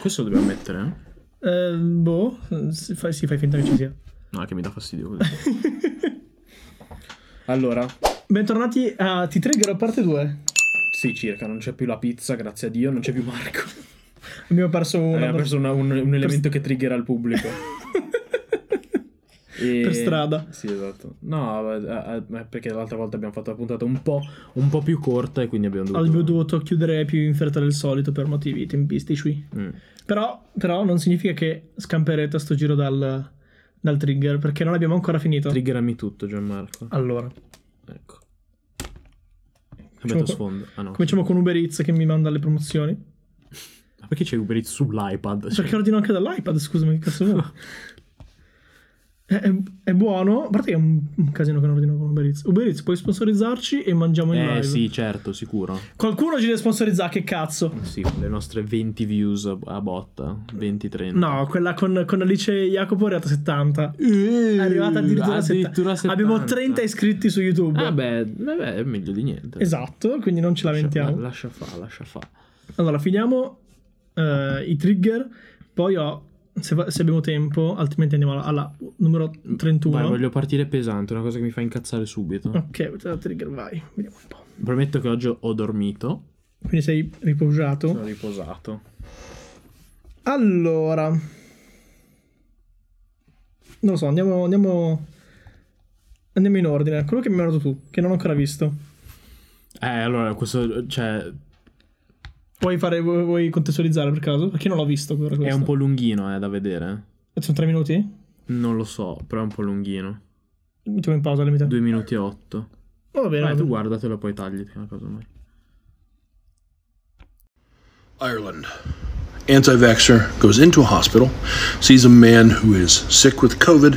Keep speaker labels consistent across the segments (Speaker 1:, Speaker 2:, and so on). Speaker 1: Questo lo dobbiamo mettere, eh?
Speaker 2: Ah! Eh, boh, si fai, sì, fai finta che ci sia.
Speaker 1: No, è che mi dà fastidio così. allora,
Speaker 2: Bentornati a T-Trigger parte 2.
Speaker 1: sì, circa, non c'è più la pizza, grazie a Dio, non c'è più Marco.
Speaker 2: Abbiamo perso una
Speaker 1: Abbiamo perso una- un, un elemento che triggerà il pubblico. E-
Speaker 2: Per strada.
Speaker 1: Sì, esatto. No, eh, eh, eh, perché l'altra volta abbiamo fatto la puntata un po', un po' più corta e quindi abbiamo dovuto...
Speaker 2: Abbiamo dovuto chiudere più in fretta del solito per motivi tempistici.
Speaker 1: Mm.
Speaker 2: Però, però non significa che scamperete sto giro dal, dal trigger perché non abbiamo ancora finito.
Speaker 1: Triggerami tutto, Gianmarco.
Speaker 2: allora,
Speaker 1: Ecco.
Speaker 2: Facciamo
Speaker 1: Metto
Speaker 2: co-
Speaker 1: sfondo. Ah no.
Speaker 2: cominciamo con Uber Eats che mi manda le promozioni.
Speaker 1: Ma perché c'è Uber Eats sull'iPad? Cioè,
Speaker 2: Perché ordino anche dall'iPad, scusami, che cazzo vuoi? È, è- è buono, a parte che è un, un casino che non ordino con Uber Eats. Uber Eats puoi sponsorizzarci e mangiamo in
Speaker 1: eh
Speaker 2: live.
Speaker 1: sì, certo, sicuro.
Speaker 2: Qualcuno ci deve sponsorizzare, che cazzo?
Speaker 1: Sì, le nostre 20 views a- a botta, 20-30.
Speaker 2: No, quella con, con Alice e Jacopo è arrivata a 70. È arrivata addirittura, a 70.
Speaker 1: Eh, addirittura 70.
Speaker 2: Abbiamo 30 iscritti su YouTube.
Speaker 1: Ah beh, Cioè, vabbè, è meglio di niente.
Speaker 2: Esatto, quindi non ci
Speaker 1: Lascia,
Speaker 2: lamentiamo.
Speaker 1: lascia fa, lascia fa.
Speaker 2: Allora, finiamo eh, i trigger, poi ho, se, va- se abbiamo tempo, altrimenti andiamo alla, alla numero 31.
Speaker 1: Vai, voglio partire pesante, una cosa che mi fa incazzare subito.
Speaker 2: Ok, te la trigger, vai, vediamo un po'.
Speaker 1: Prometto che oggi ho dormito.
Speaker 2: Quindi sei riposato.
Speaker 1: Sono riposato.
Speaker 2: Allora, non lo so, andiamo, andiamo, andiamo in ordine. Quello che mi hai mandato tu, che non ho ancora visto.
Speaker 1: Eh, allora, questo, cioè,
Speaker 2: Vuoi, fare, vuoi vuoi contestualizzare per caso? Perché non l'ho visto ancora
Speaker 1: è
Speaker 2: questo.
Speaker 1: un po' lunghino, eh, da vedere.
Speaker 2: Sono tre minuti?
Speaker 1: Non lo so, però è un po' lunghino.
Speaker 2: Mettiamo in pausa al limite.
Speaker 1: 2 minuti e 8.
Speaker 2: Oh, va bene.
Speaker 1: Vai,
Speaker 2: va
Speaker 1: tu
Speaker 2: bene.
Speaker 1: guardatelo poi tagliati una cosa mai.
Speaker 3: Ireland. Anti vaxxer goes into a hospital, sees a man who is sick with COVID,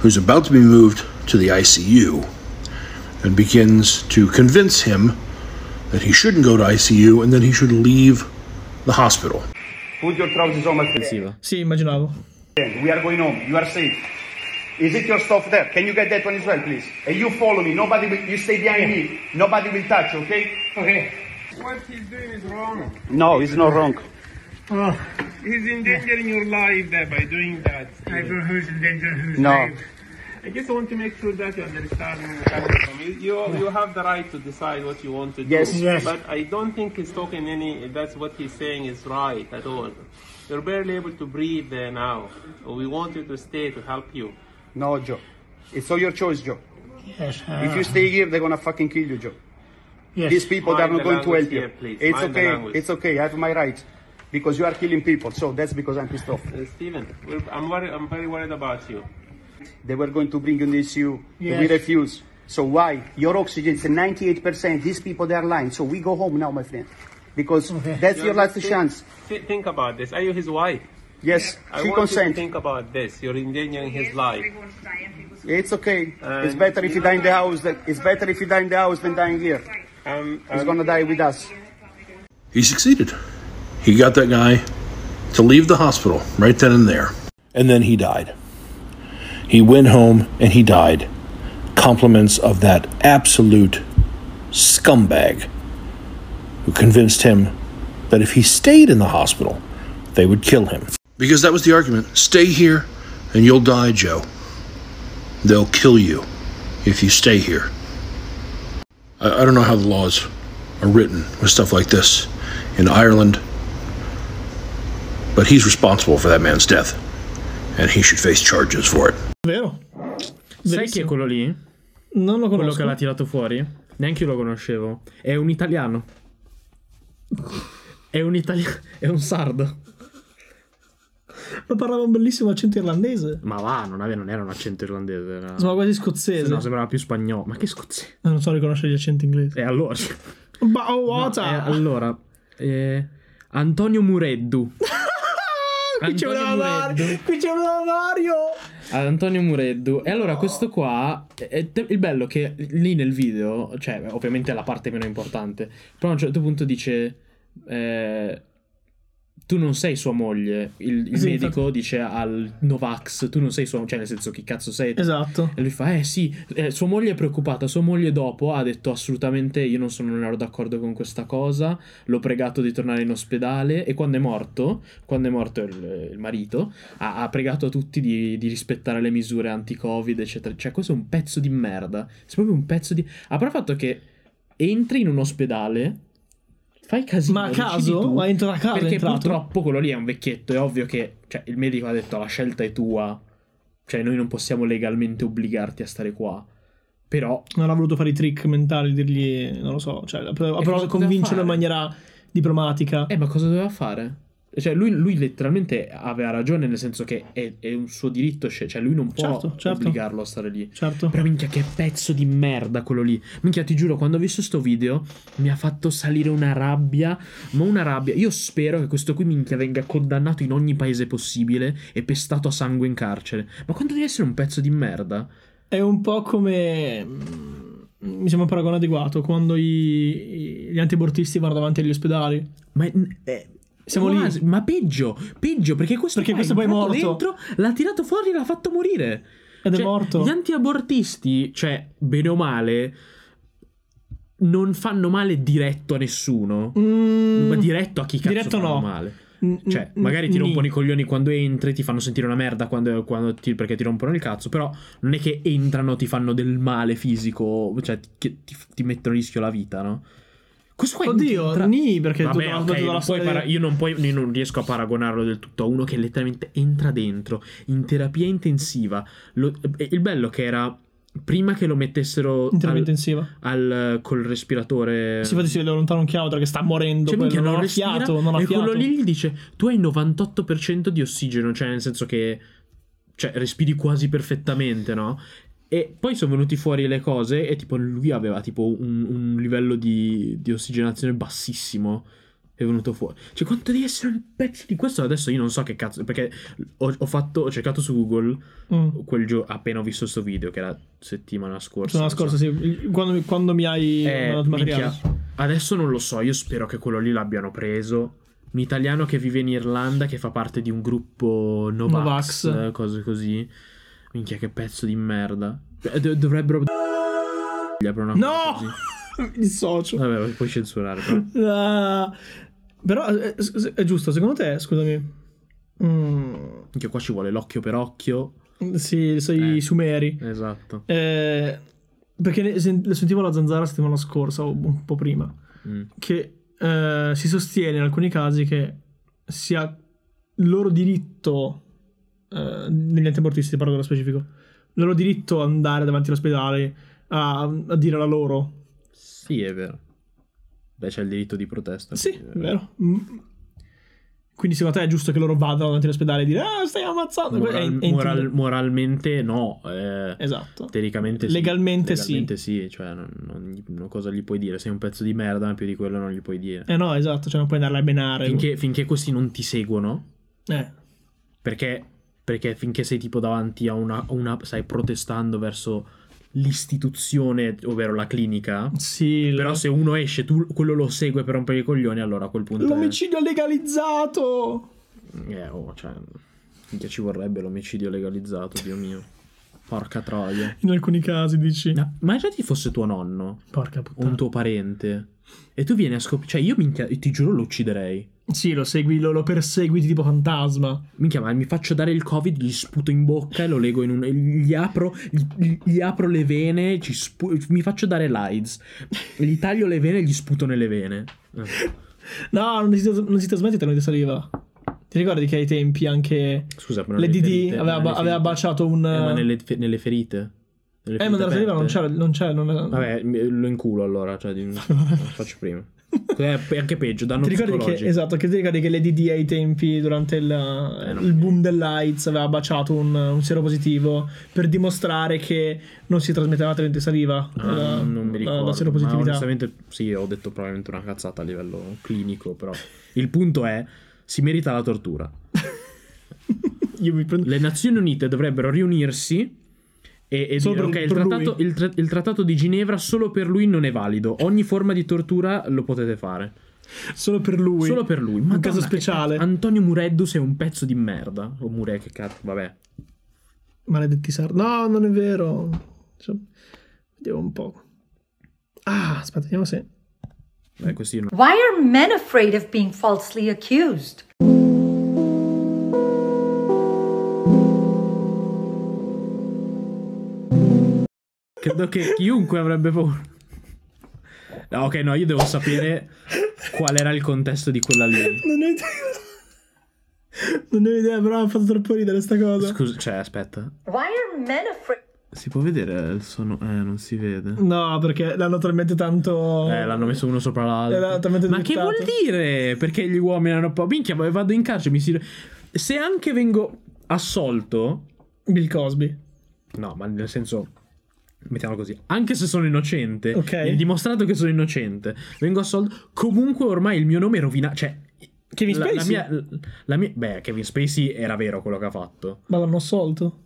Speaker 3: who's about to be moved to the ICU, and begins to convince him that he shouldn't go to ICU and that he should leave the hospital.
Speaker 4: Put your trousers on, my friend.
Speaker 1: Sì, va.
Speaker 2: Sì, immaginavo.
Speaker 4: We are going home. You are safe. Is it your stuff there? Can you get that one as well, please? And you follow me. Nobody will. You stay behind me. Nobody will touch. Okay? Okay.
Speaker 5: What he's doing is wrong.
Speaker 4: No, it's not wrong.
Speaker 5: He's endangering your life there by doing that. I don't know who's endangering whose
Speaker 4: No.
Speaker 5: life. I just want to make sure that you understand where we're coming from. You, you, you have the right to decide what you want to do.
Speaker 4: Yes. Yes.
Speaker 5: But I don't think he's talking any, that's what he's saying is right at all. You're barely able to breathe there now. We want you to stay to help you.
Speaker 4: No, Joe. It's all your choice, Joe. If
Speaker 5: Ah.
Speaker 4: you stay here, they're gonna fucking kill you, Joe. These people they are
Speaker 5: Mind the
Speaker 4: not going to
Speaker 5: language
Speaker 4: help you.
Speaker 5: here, please.
Speaker 4: it's
Speaker 5: Mind the
Speaker 4: okay.
Speaker 5: language.
Speaker 4: It's okay. I have my rights because you are killing people. So that's because I'm pissed off.
Speaker 5: Uh, Stephen, we're, I'm, worried, I'm very worried about you.
Speaker 4: They were going to bring you in the ICU. We refuse. So why? Your oxygen is 98%. These people, they are lying. So we go home now, my friend. Because that's your last
Speaker 5: Think-
Speaker 4: chance.
Speaker 5: thi- Think about this. Are you his wife?
Speaker 4: Yes,
Speaker 5: I want
Speaker 4: she
Speaker 5: you to
Speaker 4: consent.
Speaker 5: think about this. You're endangering his life.
Speaker 4: It's okay.
Speaker 5: Uh,
Speaker 4: it's better if you die in the house. Than, it's better if you die in the house than dying here.
Speaker 5: Um,
Speaker 4: He's gonna die with us.
Speaker 3: He succeeded. He got that guy to leave the hospital right then and there. And then he died. He went home and he died. Compliments of that absolute scumbag who convinced him that if he stayed in the hospital, they would kill him. Because that was the argument stay here and you'll die, Joe. They'll kill you if you stay here. I, I don't know how the laws are written with stuff like this in Ireland, but he's responsible for that man's death, and he should face charges for it.
Speaker 2: Vero?
Speaker 1: Sai chi è
Speaker 2: Verissimo.
Speaker 1: quello lì?
Speaker 2: Non lo
Speaker 1: Quello
Speaker 2: conosco.
Speaker 1: che l'ha tirato fuori? Neanche io lo conoscevo. È un italiano. È un italiano. È un sardo.
Speaker 2: Ma parlava un bellissimo accento irlandese.
Speaker 1: Ma va, non, aveva- non era un accento irlandese. Era...
Speaker 2: Sembrava quasi scozzese.
Speaker 1: No, sembrava più spagnolo. Ma che scozzese?
Speaker 2: Eh, Non so riconoscere gli accenti inglesi.
Speaker 1: E allora.
Speaker 2: Ma oh,
Speaker 1: No,
Speaker 2: what?
Speaker 1: eh, allora. eh, Antonio Mureddu.
Speaker 2: qui c'è
Speaker 1: Antonio
Speaker 2: una Mario.
Speaker 1: Mureddu.
Speaker 2: Qui c'è una Mario.
Speaker 1: Antonio Mureddu. E allora questo qua. è- è- il bello che lì nel video, cioè, ovviamente è la parte meno importante. Però a un certo punto dice. eh, tu non sei sua moglie. Il, il
Speaker 2: Sì,
Speaker 1: medico dice al Novax, tu non sei sua moglie, cioè nel senso chi cazzo sei?
Speaker 2: Esatto.
Speaker 1: E lui fa, eh sì, eh, sua moglie è preoccupata, sua moglie dopo ha detto assolutamente io non sono non ero d'accordo con questa cosa, l'ho pregato di tornare in ospedale e quando è morto, quando è morto il, il marito, ha, ha pregato a tutti di, di rispettare le misure anti-covid, eccetera. Cioè questo è un pezzo di merda, è proprio un pezzo di... A parte il fatto che entri in un ospedale, fai casino.
Speaker 2: Ma a
Speaker 1: decidi
Speaker 2: caso?
Speaker 1: tu,
Speaker 2: Ma entro a caso è
Speaker 1: Perché
Speaker 2: entrato?
Speaker 1: purtroppo quello lì è un vecchietto, è ovvio che cioè, il medico ha detto la scelta è tua, cioè noi non possiamo legalmente obbligarti a stare qua. Però
Speaker 2: Non ha voluto fare i trick mentali, dirgli, non lo so, cioè, ha prov- ha provato
Speaker 1: E cosa
Speaker 2: a
Speaker 1: poteva
Speaker 2: convincerlo in
Speaker 1: fare?
Speaker 2: maniera diplomatica.
Speaker 1: Eh, ma cosa doveva fare? Cioè, lui, lui letteralmente aveva ragione, nel senso che è, è un suo diritto, sce- cioè lui non può
Speaker 2: Certo, certo.
Speaker 1: obbligarlo a stare lì.
Speaker 2: Certo.
Speaker 1: Però minchia, che pezzo di merda quello lì. Minchia, ti giuro, quando ho visto sto video mi ha fatto salire una rabbia, ma una rabbia. Io spero che questo qui, minchia, venga condannato in ogni paese possibile e pestato a sangue in carcere. Ma quanto deve essere un pezzo di merda?
Speaker 2: È un po' come. mm, Mi sembra un paragone adeguato quando i- i- gli antiabortisti vanno davanti agli ospedali.
Speaker 1: Ma è- è-
Speaker 2: Siamo lì.
Speaker 1: quasi- Ma peggio, peggio, perché questo,
Speaker 2: Perché questo
Speaker 1: qua
Speaker 2: poi è
Speaker 1: entrato
Speaker 2: morto.
Speaker 1: dentro, l'ha tirato fuori e l'ha fatto morire.
Speaker 2: Ed
Speaker 1: Cioè,
Speaker 2: è morto.
Speaker 1: Gli antiabortisti, cioè, bene o male, non fanno male diretto a nessuno.
Speaker 2: Mm,
Speaker 1: Ma diretto a chi cazzo
Speaker 2: Diretto
Speaker 1: fanno
Speaker 2: no.
Speaker 1: male.
Speaker 2: mm,
Speaker 1: Cioè,
Speaker 2: mm,
Speaker 1: magari ti
Speaker 2: mm,
Speaker 1: rompono i coglioni quando entri, ti fanno sentire una merda quando, quando ti- perché ti rompono il cazzo. Però non è che entrano, ti fanno del male fisico, cioè ti- che ti, ti mettono a rischio la vita, no? Questo qua
Speaker 2: Oddio,
Speaker 1: entra-
Speaker 2: ni perché tu-
Speaker 1: Vabbè,
Speaker 2: tu-
Speaker 1: ok,
Speaker 2: tu- tu-
Speaker 1: non
Speaker 2: la-
Speaker 1: puoi para- io, non puoi- io non riesco a paragonarlo del tutto a uno che letteralmente entra dentro in terapia intensiva. Lo- e il bello che era prima che lo mettessero
Speaker 2: in terapia
Speaker 1: al,
Speaker 2: intensiva.
Speaker 1: al- col respiratore.
Speaker 2: Eh, Si fa di da lontano un chiamatore che sta morendo.
Speaker 1: Cioè,
Speaker 2: quello,
Speaker 1: minchia,
Speaker 2: non,
Speaker 1: non
Speaker 2: ha
Speaker 1: respira,
Speaker 2: fiato, non ha
Speaker 1: e
Speaker 2: fiato.
Speaker 1: quello lì gli dice: Tu hai il 98% di ossigeno, cioè nel senso che cioè, respiri quasi perfettamente, no? E poi sono venuti fuori le cose e tipo lui aveva tipo un, un livello di, di ossigenazione bassissimo. È venuto fuori. Cioè, quanto devi essere un pezzo di questo? Adesso io non so che cazzo. Perché ho, ho fatto, ho cercato su Google
Speaker 2: Mm.
Speaker 1: quel giorno appena ho visto sto video, che era settimana scorsa.
Speaker 2: Sono la
Speaker 1: non
Speaker 2: scorsa,
Speaker 1: so.
Speaker 2: sì. Il- Quando, mi- quando mi hai
Speaker 1: Eh,
Speaker 2: mandato il materiale.
Speaker 1: minchia. Adesso non lo so, io spero che quello lì l'abbiano preso. Un italiano che vive in Irlanda, che fa parte di un gruppo Novax,
Speaker 2: Novax.
Speaker 1: eh, cose così. Minchia, che pezzo di merda. Eh, do- dovrebbero. per una cosa così.
Speaker 2: No! Mi dissocio.
Speaker 1: Vabbè, puoi censurare. però.
Speaker 2: Ah, però eh, s- s- è giusto, secondo te, scusami. Mm,
Speaker 1: Minchia, qua ci vuole l'occhio per occhio.
Speaker 2: sì, sei
Speaker 1: Eh.
Speaker 2: sumeri.
Speaker 1: Esatto.
Speaker 2: Eh, perché ne sen- le sentivo la zanzara la settimana scorsa o un po' prima.
Speaker 1: Mm.
Speaker 2: Che eh, si sostiene in alcuni casi che sia il loro diritto, eh, negli antiabortisti parlo nello specifico, il loro diritto ad andare davanti all'ospedale a, a dire la loro.
Speaker 1: Sì, è vero. Beh, c'è il diritto di protesta.
Speaker 2: Sì, è
Speaker 1: quindi, eh,
Speaker 2: vero. Mm. Quindi secondo te è giusto che loro vadano davanti all'ospedale e dire ah stai ammazzando?
Speaker 1: moral-
Speaker 2: È- è intimido-
Speaker 1: moral- moralmente no. eh,
Speaker 2: Esatto.
Speaker 1: Teoricamente sì.
Speaker 2: Legalmente sì.
Speaker 1: Legalmente sì, cioè non, non gli- non- cosa gli puoi dire? Sei un pezzo di merda, ma più di quello non gli puoi dire.
Speaker 2: Eh no, esatto, cioè non puoi andarla a benare.
Speaker 1: Finché, finché questi non ti seguono,
Speaker 2: Eh.
Speaker 1: perché, perché finché sei tipo davanti a una, a una- stai protestando verso l'istituzione, ovvero la clinica.
Speaker 2: Sì,
Speaker 1: Però se uno esce, tu quello lo segue per rompere i coglioni, allora a quel punto... è-
Speaker 2: l'omicidio legalizzato!
Speaker 1: Eh, oh, cioè... Finché ci vorrebbe l'omicidio legalizzato, Dio mio. Porca troia.
Speaker 2: In alcuni casi dici.
Speaker 1: Ma immaginati fosse tuo nonno.
Speaker 2: Porca
Speaker 1: o un
Speaker 2: puttana.
Speaker 1: tuo parente e tu vieni a scoprire cioè io minchia, ti giuro lo ucciderei
Speaker 2: Sì, lo segui, lo, lo perseguiti tipo fantasma.
Speaker 1: minchia ma mi faccio dare il covid gli sputo in bocca e lo lego in un gli apro gli, gli- gli apro le vene ci spu- mi faccio dare l'AIDS gli taglio le vene e gli sputo nelle vene Eh,
Speaker 2: No, non si, non si trasmette il di saliva. Ti ricordi che ai tempi anche
Speaker 1: scusa ma non
Speaker 2: Lady
Speaker 1: nelle
Speaker 2: D
Speaker 1: ferite,
Speaker 2: aveva,
Speaker 1: non
Speaker 2: ba-
Speaker 1: nelle
Speaker 2: aveva
Speaker 1: ferite.
Speaker 2: baciato un...
Speaker 1: Eh, ma nelle, fe- nelle ferite Nelle
Speaker 2: Eh,
Speaker 1: ferite
Speaker 2: ma nella saliva non
Speaker 1: aperte.
Speaker 2: c'era, non c'era, non era-
Speaker 1: vabbè mi- lo inculo allora cioè di- lo faccio prima Eh, è anche peggio danno
Speaker 2: Ti ricordi che,
Speaker 1: psicologico.
Speaker 2: esatto, che ti ricordi che Lady D ai tempi, durante il,
Speaker 1: non
Speaker 2: il
Speaker 1: mi-
Speaker 2: boom dell'AIDS, aveva baciato un, un seropositivo per dimostrare che non si trasmetteva attraverso saliva
Speaker 1: Ah,
Speaker 2: la,
Speaker 1: non
Speaker 2: la- la
Speaker 1: mi ricordo. ma
Speaker 2: seropositività.
Speaker 1: onestamente, sì, ho detto probabilmente una cazzata a livello clinico, però il punto è: si merita la tortura.
Speaker 2: Io mi prendo...
Speaker 1: Le Nazioni Unite dovrebbero riunirsi. E, e
Speaker 2: Solo per-
Speaker 1: dire, ok, il
Speaker 2: per
Speaker 1: trattato, il tra- il trattato di Ginevra solo per lui non è valido. Ogni forma di tortura lo potete fare.
Speaker 2: Solo per lui.
Speaker 1: Solo per lui.
Speaker 2: Un
Speaker 1: Madonna,
Speaker 2: caso
Speaker 1: che
Speaker 2: speciale.
Speaker 1: cazzo. Antonio Mureddu sei un pezzo di merda. O Mure, che cazzo, vabbè.
Speaker 2: Maledetti sardi. No, non è vero. Cioè, vediamo un po'. Ah, aspetta, vediamo se.
Speaker 1: Beh, così non-
Speaker 6: Why are men afraid of being falsely accused?
Speaker 1: Credo che chiunque avrebbe paura. No, ok, no, io devo sapere qual era il contesto di quella lì.
Speaker 2: Non ho idea. Non ho idea, però ha fatto troppo ridere sta cosa.
Speaker 1: Scusa, cioè, aspetta.
Speaker 6: Why are men afraid?
Speaker 1: Si può vedere il suono? Eh, non si vede.
Speaker 2: No, perché l'hanno talmente tanto.
Speaker 1: Eh, l'hanno messo uno sopra
Speaker 2: Era
Speaker 1: l'altro.
Speaker 2: talmente
Speaker 1: Ma che
Speaker 2: dettato.
Speaker 1: vuol dire? Perché gli uomini hanno paura. Minchia, ma vado in carcere, mi si. Se anche vengo assolto.
Speaker 2: Bill Cosby.
Speaker 1: No, ma nel senso. Mettiamolo così. Anche se sono innocente.
Speaker 2: Ok.
Speaker 1: mi è dimostrato che sono innocente. Vengo assolto. Comunque ormai il mio nome è rovinato. Cioè.
Speaker 2: Kevin
Speaker 1: la-
Speaker 2: Spacey?
Speaker 1: La mia, la mia- beh, Kevin Spacey era vero quello che ha fatto.
Speaker 2: Ma l'hanno assolto.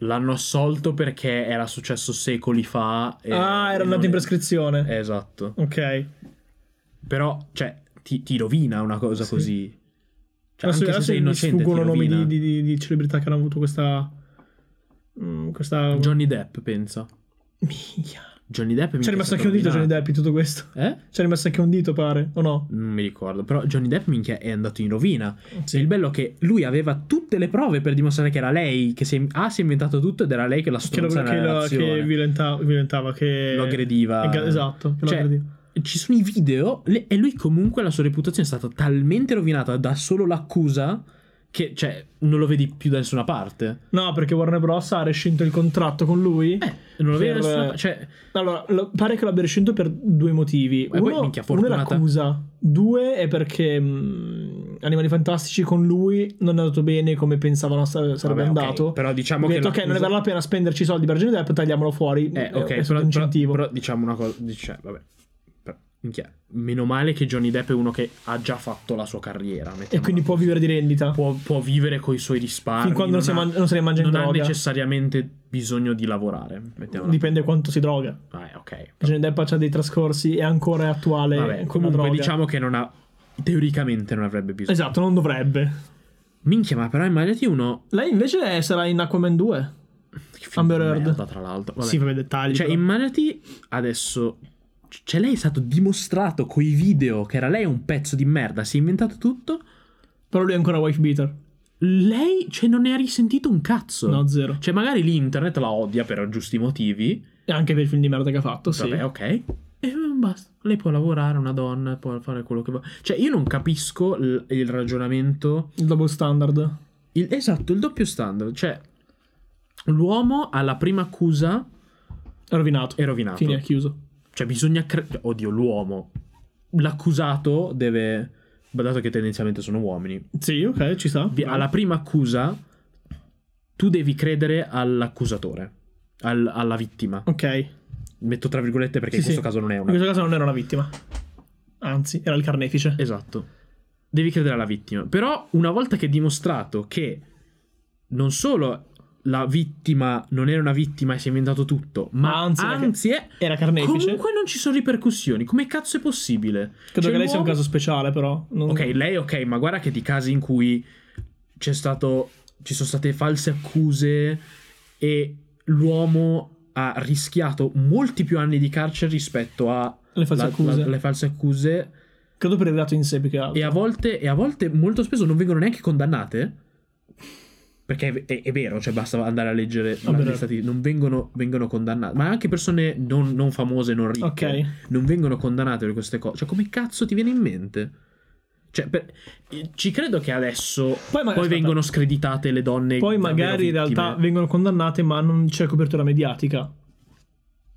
Speaker 1: L'hanno assolto perché era successo secoli fa. e-
Speaker 2: ah, era
Speaker 1: e
Speaker 2: andato
Speaker 1: non-
Speaker 2: in prescrizione.
Speaker 1: Eh, Esatto.
Speaker 2: Ok.
Speaker 1: Però, cioè, ti, ti rovina una cosa così. Cioè,
Speaker 2: adesso
Speaker 1: anche se
Speaker 2: adesso
Speaker 1: sei
Speaker 2: mi
Speaker 1: innocente, ti
Speaker 2: sfuggono nomi
Speaker 1: rovina.
Speaker 2: di, di- di- di celebrità che hanno avuto questa. mm, questa.
Speaker 1: Johnny Depp, pensa.
Speaker 2: Minchia.
Speaker 1: Johnny Depp mi
Speaker 2: C'è rimasto anche un dito Johnny Depp in tutto questo.
Speaker 1: Eh?
Speaker 2: C'è rimasto anche un dito, pare, o no?
Speaker 1: Non mi ricordo, però Johnny Depp minchia è andato in rovina. Il bello è che lui aveva tutte le prove per dimostrare che era lei che si è, A, si è inventato tutto ed era lei che la
Speaker 2: Che lo,
Speaker 1: stronza
Speaker 2: che
Speaker 1: nella
Speaker 2: lo- che
Speaker 1: relazione.
Speaker 2: violenta- violentava, che
Speaker 1: Lo aggrediva.
Speaker 2: Ega- Esatto, che lo
Speaker 1: Cioè,
Speaker 2: aggrediva.
Speaker 1: Ci sono i video le- e lui comunque la sua reputazione è stata talmente rovinata da solo l'accusa che cioè, non lo vedi più da nessuna parte.
Speaker 2: No, perché Warner Bros. ha rescinto il contratto con lui.
Speaker 1: Non lo vedi
Speaker 2: Eh, Per-
Speaker 1: da nessuna Cioè,
Speaker 2: Allora, lo- pare che l'abbia rescinto per due motivi.
Speaker 1: Eh, poi,
Speaker 2: uno,
Speaker 1: minchia,
Speaker 2: uno è
Speaker 1: fortunata.
Speaker 2: l'accusa. Due è perché mh, Animali Fantastici con lui non è andato bene come pensavano sa- sarebbe
Speaker 1: Vabbè, ok,
Speaker 2: andato.
Speaker 1: però diciamo
Speaker 2: Ho
Speaker 1: che
Speaker 2: detto, ok, non ne
Speaker 1: l'accusa-
Speaker 2: vale la pena spenderci i soldi per Johnny Depp, tagliamolo fuori.
Speaker 1: Eh, ok,
Speaker 2: è
Speaker 1: però,
Speaker 2: stato incentivo.
Speaker 1: però- però diciamo una cosa. Dice, vabbè. Però, minchia, meno male che Johnny Depp è uno che ha già fatto la sua carriera.
Speaker 2: e
Speaker 1: mettiamola
Speaker 2: quindi
Speaker 1: così.
Speaker 2: può vivere di rendita.
Speaker 1: può, può vivere con i suoi risparmi.
Speaker 2: Fin quando non si
Speaker 1: ha-
Speaker 2: man- non se ne mangia in
Speaker 1: Non ha
Speaker 2: droga.
Speaker 1: necessariamente bisogno di lavorare. Mettiamola.
Speaker 2: Dipende quanto si droga.
Speaker 1: Ah, eh, ok.
Speaker 2: Johnny Depp ha dei trascorsi e ancora è attuale.
Speaker 1: Vabbè,
Speaker 2: come
Speaker 1: comunque
Speaker 2: droga.
Speaker 1: diciamo che non ha. Teoricamente non avrebbe bisogno.
Speaker 2: Esatto, non dovrebbe.
Speaker 1: Minchia, ma però immaginati uno.
Speaker 2: Lei invece sarà in Aquaman 2.
Speaker 1: Che film di
Speaker 2: Amber Heard.
Speaker 1: merda, tra l'altro. Vabbè.
Speaker 2: Sì, vabbè, dettagli.
Speaker 1: Cioè,
Speaker 2: però.
Speaker 1: immaginati adesso. Cioè, lei è stato dimostrato coi video che era lei un pezzo di merda, si è inventato tutto.
Speaker 2: Però lui è ancora wife beater.
Speaker 1: Lei, cioè, non ne ha risentito un cazzo.
Speaker 2: No, zero.
Speaker 1: Cioè, magari lì internet la odia per giusti motivi.
Speaker 2: E anche per il film di merda che ha fatto, sì.
Speaker 1: Vabbè, ok. E mm, basta. Lei può lavorare, una donna, può fare quello che vuole. Cioè, io non capisco l- il ragionamento.
Speaker 2: Il double standard.
Speaker 1: Il- esatto, il doppio standard. Cioè, l'uomo alla prima accusa
Speaker 2: È rovinato.
Speaker 1: è rovinato.
Speaker 2: Fine, è chiuso.
Speaker 1: Cioè, bisogna. Cre- Oddio, l'uomo. L'accusato deve. ma Dato che tendenzialmente sono uomini.
Speaker 2: Sì, ok, ci sta.
Speaker 1: vi- Alla prima accusa, tu devi credere all'accusatore, al- alla vittima.
Speaker 2: Ok.
Speaker 1: Metto tra virgolette perché in
Speaker 2: Sì, sì.
Speaker 1: questo caso non è
Speaker 2: In
Speaker 1: una.
Speaker 2: questo caso non era una vittima. Anzi, era il carnefice.
Speaker 1: Esatto. Devi credere alla vittima. Però, una volta che è dimostrato che non solo la vittima non era una vittima e si è inventato tutto, ma
Speaker 2: Anzi,
Speaker 1: anzi,
Speaker 2: era-
Speaker 1: è.
Speaker 2: Era carnefice.
Speaker 1: Comunque non ci sono ripercussioni. Come cazzo è possibile?
Speaker 2: Credo
Speaker 1: Cioè,
Speaker 2: che lei sia un
Speaker 1: l'uomo-
Speaker 2: caso speciale, però. Non-
Speaker 1: Ok, lei ok, ma guarda che di casi in cui c'è stato. Ci sono state false accuse e l'uomo ha rischiato molti più anni di carcere rispetto a
Speaker 2: Le false
Speaker 1: la-
Speaker 2: accuse.
Speaker 1: la- le false accuse.
Speaker 2: Credo per il reato in sé più che altro.
Speaker 1: E a volte, e a volte molto spesso non vengono neanche condannate. Perché è, è- è vero, cioè basta andare a leggere la
Speaker 2: Vabbè.
Speaker 1: lista di- non vengono, vengono condannate. Ma anche persone non, non famose, non ricche,
Speaker 2: Ok.
Speaker 1: non vengono condannate per queste cose. Cioè, come cazzo ti viene in mente? Cioè, per- eh, ci credo che adesso
Speaker 2: Poi
Speaker 1: poi,
Speaker 2: magari- aspetta.
Speaker 1: vengono screditate le donne.
Speaker 2: Poi
Speaker 1: davvero
Speaker 2: magari in realtà
Speaker 1: vittime.
Speaker 2: vengono condannate, ma non c'è copertura mediatica. Cioè,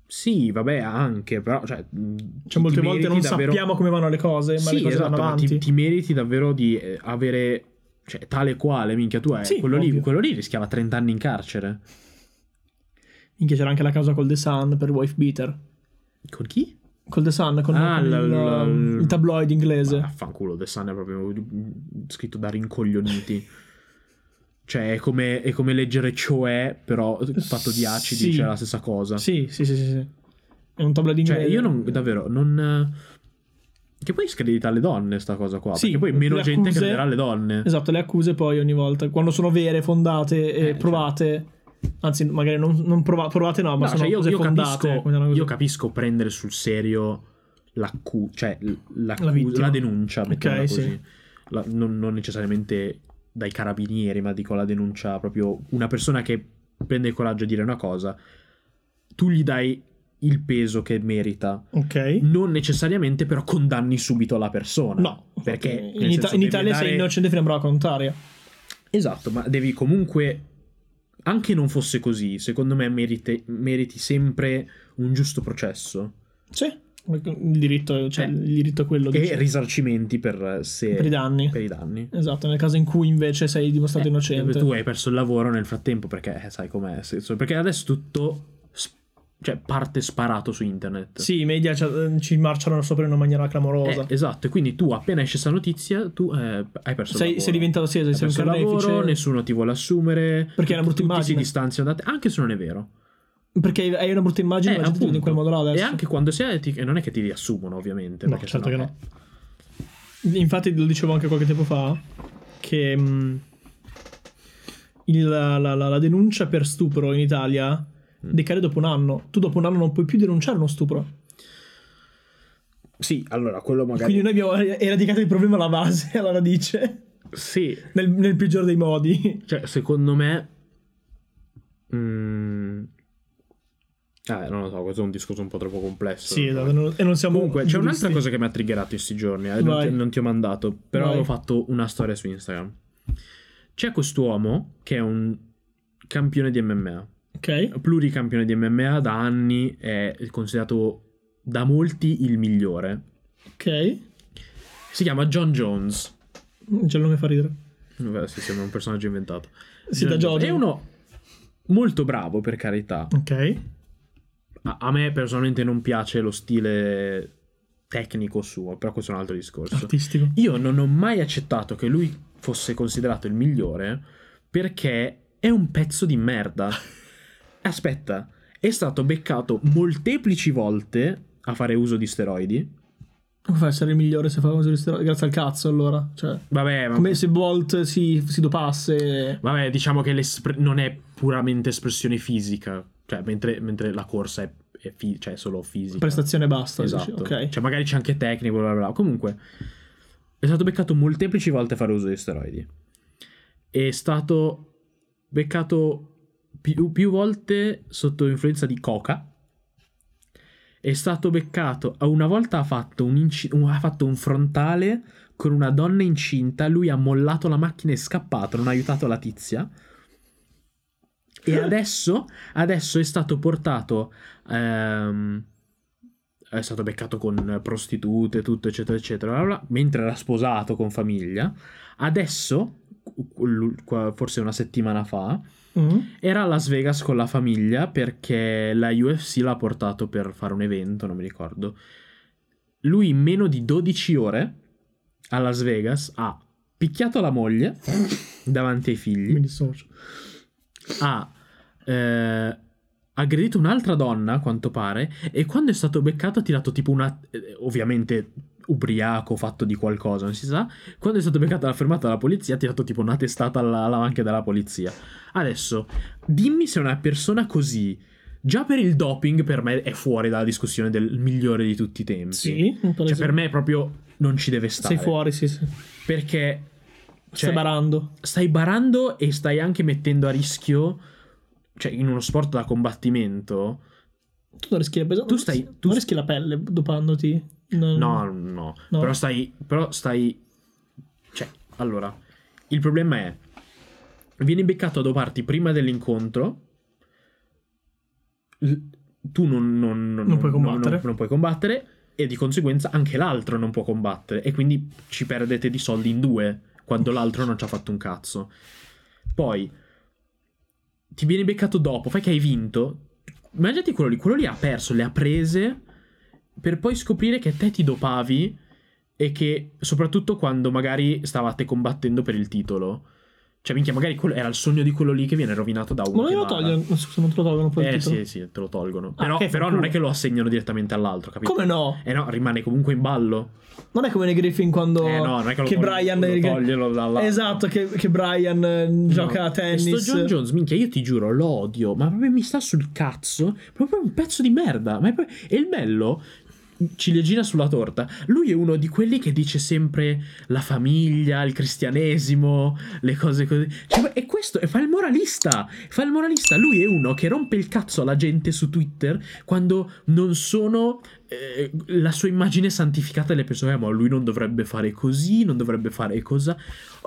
Speaker 1: Sì, vabbè, anche, però... Cioè, mh, ti
Speaker 2: Cioè, molte volte
Speaker 1: meriti
Speaker 2: non
Speaker 1: davvero-
Speaker 2: sappiamo come vanno le cose, ma le
Speaker 1: Sì,
Speaker 2: cose
Speaker 1: esatto,
Speaker 2: vanno
Speaker 1: ma
Speaker 2: avanti.
Speaker 1: ti, ti meriti davvero di eh, avere cioè, tale quale, minchia tu hai.
Speaker 2: Sì,
Speaker 1: quello, lì,
Speaker 2: ovvio.
Speaker 1: quello lì rischiava 30 anni in carcere.
Speaker 2: Minchia, c'era anche la causa col The Sun per wife beater.
Speaker 1: Con chi?
Speaker 2: Col The Sun, con,
Speaker 1: Ah,
Speaker 2: con
Speaker 1: la-
Speaker 2: il,
Speaker 1: la-
Speaker 2: um, il tabloid inglese.
Speaker 1: Ma Vaffanculo, The Sun è proprio mm, scritto da rincoglioniti. cioè, è come, è come leggere cioè, però fatto di acidi,
Speaker 2: Sì.
Speaker 1: cioè la stessa cosa.
Speaker 2: Sì, sì, sì, sì, sì. È un tabloid
Speaker 1: Cioè,
Speaker 2: inglese.
Speaker 1: io non, davvero, non... Che poi scredita le donne sta cosa qua.
Speaker 2: Sì,
Speaker 1: perché poi meno
Speaker 2: le
Speaker 1: gente
Speaker 2: accuse-
Speaker 1: crederà alle donne.
Speaker 2: Esatto, le accuse poi ogni volta, quando sono vere, fondate
Speaker 1: Eh,
Speaker 2: e provate, anzi magari non, non prova- provate no, ma
Speaker 1: No,
Speaker 2: sono
Speaker 1: cioè, io,
Speaker 2: accuse
Speaker 1: io
Speaker 2: fondate.
Speaker 1: capisco,
Speaker 2: come dicono così.
Speaker 1: io capisco prendere sul serio l'accu- cioè, l- l'accu-
Speaker 2: La
Speaker 1: la,
Speaker 2: vittima.
Speaker 1: denuncia,
Speaker 2: Ok,
Speaker 1: mettiamola così.
Speaker 2: sì.
Speaker 1: La- non, non necessariamente dai carabinieri, ma dico la denuncia proprio una persona che prende il coraggio di dire una cosa, tu gli dai il peso che merita.
Speaker 2: Ok.
Speaker 1: Non necessariamente però condanni subito la persona.
Speaker 2: No,
Speaker 1: perché
Speaker 2: in,
Speaker 1: nel
Speaker 2: Ita-
Speaker 1: senso,
Speaker 2: in
Speaker 1: devi
Speaker 2: Italia
Speaker 1: dare-
Speaker 2: sei innocente fino a prova contraria.
Speaker 1: Esatto, ma devi comunque, anche non fosse così, secondo me merite- meriti sempre un giusto processo
Speaker 2: Sì. Il diritto, cioè,
Speaker 1: Eh.
Speaker 2: il diritto è quello
Speaker 1: e
Speaker 2: dice.
Speaker 1: risarcimenti per, eh, se-
Speaker 2: per i danni.
Speaker 1: per i danni.
Speaker 2: Esatto, nel caso in cui invece sei dimostrato
Speaker 1: Eh,
Speaker 2: innocente.
Speaker 1: Tu hai perso il lavoro nel frattempo perché eh, sai com'è, se- so- perché adesso tutto s- cioè, parte sparato su internet.
Speaker 2: Sì, i media ci, eh, ci marciano sopra in una maniera
Speaker 1: Eh,
Speaker 2: clamorosa.
Speaker 1: esatto, e quindi tu appena esce questa notizia tu eh, hai perso il
Speaker 2: sei,
Speaker 1: lavoro.
Speaker 2: sei diventato sì,
Speaker 1: Hai
Speaker 2: sei un
Speaker 1: perso il lavoro,
Speaker 2: carnefice.
Speaker 1: nessuno ti vuole assumere.
Speaker 2: Perché è una brutta
Speaker 1: tutti si
Speaker 2: immagine.
Speaker 1: distanziano da te, anche se non è vero.
Speaker 2: Perché hai una brutta immagine,
Speaker 1: Eh,
Speaker 2: ma la gente vive in quel
Speaker 1: appunto.
Speaker 2: modo là adesso.
Speaker 1: E anche quando sei ti- e non è che ti riassumono, ovviamente.
Speaker 2: No,
Speaker 1: perché
Speaker 2: certo
Speaker 1: sennò-
Speaker 2: che no. Eh. Infatti lo dicevo anche qualche tempo fa che mh, il- la, la- la- la denuncia per stupro in Italia decade dopo un anno. Tu dopo un anno non puoi più denunciare uno stupro.
Speaker 1: eh. Sì, allora quello magari.
Speaker 2: Quindi noi abbiamo eradicato il problema alla base, alla radice,
Speaker 1: Sì,
Speaker 2: nel, nel peggior dei modi.
Speaker 1: cioè, secondo me. Mm... Ah, non lo so, questo è un discorso un po' troppo complesso.
Speaker 2: Sì, esatto, non- e non siamo...
Speaker 1: Comunque, c'è
Speaker 2: giuristi.
Speaker 1: un'altra cosa che mi ha triggerato in questi giorni. eh, non,
Speaker 2: Vai.
Speaker 1: ti, non ti ho mandato, però
Speaker 2: Vai.
Speaker 1: avevo fatto una storia su Instagram. C'è quest'uomo che è un campione di MMA.
Speaker 2: Ok,
Speaker 1: pluricampione di MMA da anni è considerato da molti il migliore.
Speaker 2: ok.
Speaker 1: Si chiama John Jones.
Speaker 2: Già il nome fa ridere.
Speaker 1: Vabbè, sì, sembra un personaggio inventato.
Speaker 2: Sì, da
Speaker 1: Jones.
Speaker 2: Jojo.
Speaker 1: È uno molto bravo, per carità.
Speaker 2: Ok.
Speaker 1: A, a me personalmente non piace lo stile tecnico suo, però questo è un altro discorso.
Speaker 2: Artistico.
Speaker 1: Io non ho mai accettato che lui fosse considerato il migliore perché è un pezzo di merda. Aspetta, è stato beccato molteplici volte a fare uso di steroidi.
Speaker 2: Come fa a essere il migliore se fa cose di steroidi? Grazie al cazzo, allora. Cioè,
Speaker 1: Vabbè, ma-
Speaker 2: come se Bolt si, si dopasse.
Speaker 1: vabbè, diciamo che l'espre- non è puramente espressione fisica, cioè mentre, mentre la corsa è, è fi- cioè, è solo fisica.
Speaker 2: Prestazione e basta. dici,
Speaker 1: Esatto.
Speaker 2: ok.
Speaker 1: Cioè, magari c'è anche tecnico, bla bla bla. Comunque, è stato beccato molteplici volte a fare uso di steroidi. È stato beccato più, più volte sotto influenza di coca. È stato beccato. Una volta ha fatto un, inci- un- ha fatto un frontale con una donna incinta. Lui ha mollato la macchina e scappato. Non ha aiutato la tizia. E adesso, adesso è stato portato. ehm, è stato beccato con prostitute, tutto, eccetera, eccetera. bla, bla, bla, mentre era sposato con famiglia. Adesso, qu- qu- forse una settimana fa,
Speaker 2: Mm.
Speaker 1: era a Las Vegas con la famiglia perché la UFC l'ha portato per fare un evento, non mi ricordo. Lui in meno di 12 ore a Las Vegas ha picchiato la moglie davanti ai figli
Speaker 2: Mi dissocio.
Speaker 1: ha eh, aggredito un'altra donna, a quanto pare, e quando è stato beccato ha tirato tipo una... eh, ovviamente ubriaco, fatto di qualcosa, non si sa. Quando è stato beccato l'ha fermata la polizia, ha tirato tipo una testata alla, alla macchina della polizia. Adesso, dimmi se una persona così... Già per il doping per me è fuori dalla discussione del migliore di tutti i tempi.
Speaker 2: Sì,
Speaker 1: Cioè per me Cioè, proprio non ci deve stare.
Speaker 2: Sei fuori, sì, sì.
Speaker 1: Perché...
Speaker 2: Stai
Speaker 1: cioè,
Speaker 2: barando.
Speaker 1: stai barando e stai anche mettendo a rischio, cioè in uno sport da combattimento.
Speaker 2: Tu non rischi la pelle.
Speaker 1: Tu stai- tu-
Speaker 2: non rischi la pelle dopandoti. Non-
Speaker 1: No, no,
Speaker 2: Mm. No.
Speaker 1: Però stai, però stai, cioè, allora, il problema è, vieni beccato a doparti prima dell'incontro, l- tu non, non- non-
Speaker 2: Non puoi combattere.
Speaker 1: non- non puoi combattere e di conseguenza anche l'altro non può combattere e quindi ci perdete di soldi in due quando l'altro non ci ha fatto un cazzo. Poi ti viene beccato dopo, fai che hai vinto. Immaginati quello lì, quello lì ha perso, le ha prese per poi scoprire che te ti dopavi e che soprattutto quando magari stavate combattendo per il titolo. Cioè, minchia, magari quello era il sogno di quello lì che viene rovinato da
Speaker 2: Ma
Speaker 1: uno.
Speaker 2: non
Speaker 1: che
Speaker 2: glielo
Speaker 1: va là.
Speaker 2: togliono, scusa, non te lo tolgono poi il
Speaker 1: Eh
Speaker 2: titolo. Ah,
Speaker 1: sì, sì, te lo tolgono. però
Speaker 2: che
Speaker 1: però
Speaker 2: fanculo.
Speaker 1: non è che lo assegnano direttamente all'altro, capito?
Speaker 2: Come no?
Speaker 1: Eh no, rimane comunque in ballo.
Speaker 2: Non è come nei Griffin quando
Speaker 1: Eh, no, non è che lo togli-
Speaker 2: Brian
Speaker 1: lo togliono dalla-
Speaker 2: Esatto, che, che Brian eh, gioca a
Speaker 1: No.
Speaker 2: tennis.
Speaker 1: E Sto John Jones, minchia, io ti giuro, lo odio, ma proprio mi sta sul cazzo. Proprio un pezzo di merda. Ma è proprio- E il bello. Ciliegina sulla torta. Lui è uno di quelli che dice sempre la famiglia, il cristianesimo, le cose così. Cioè, ma- e questo e fa il moralista. Fa il moralista. Lui è uno che rompe il cazzo alla gente su Twitter quando non sono eh, la sua immagine santificata delle persone. "Eh, Ma lui non dovrebbe fare così, non dovrebbe fare cosa.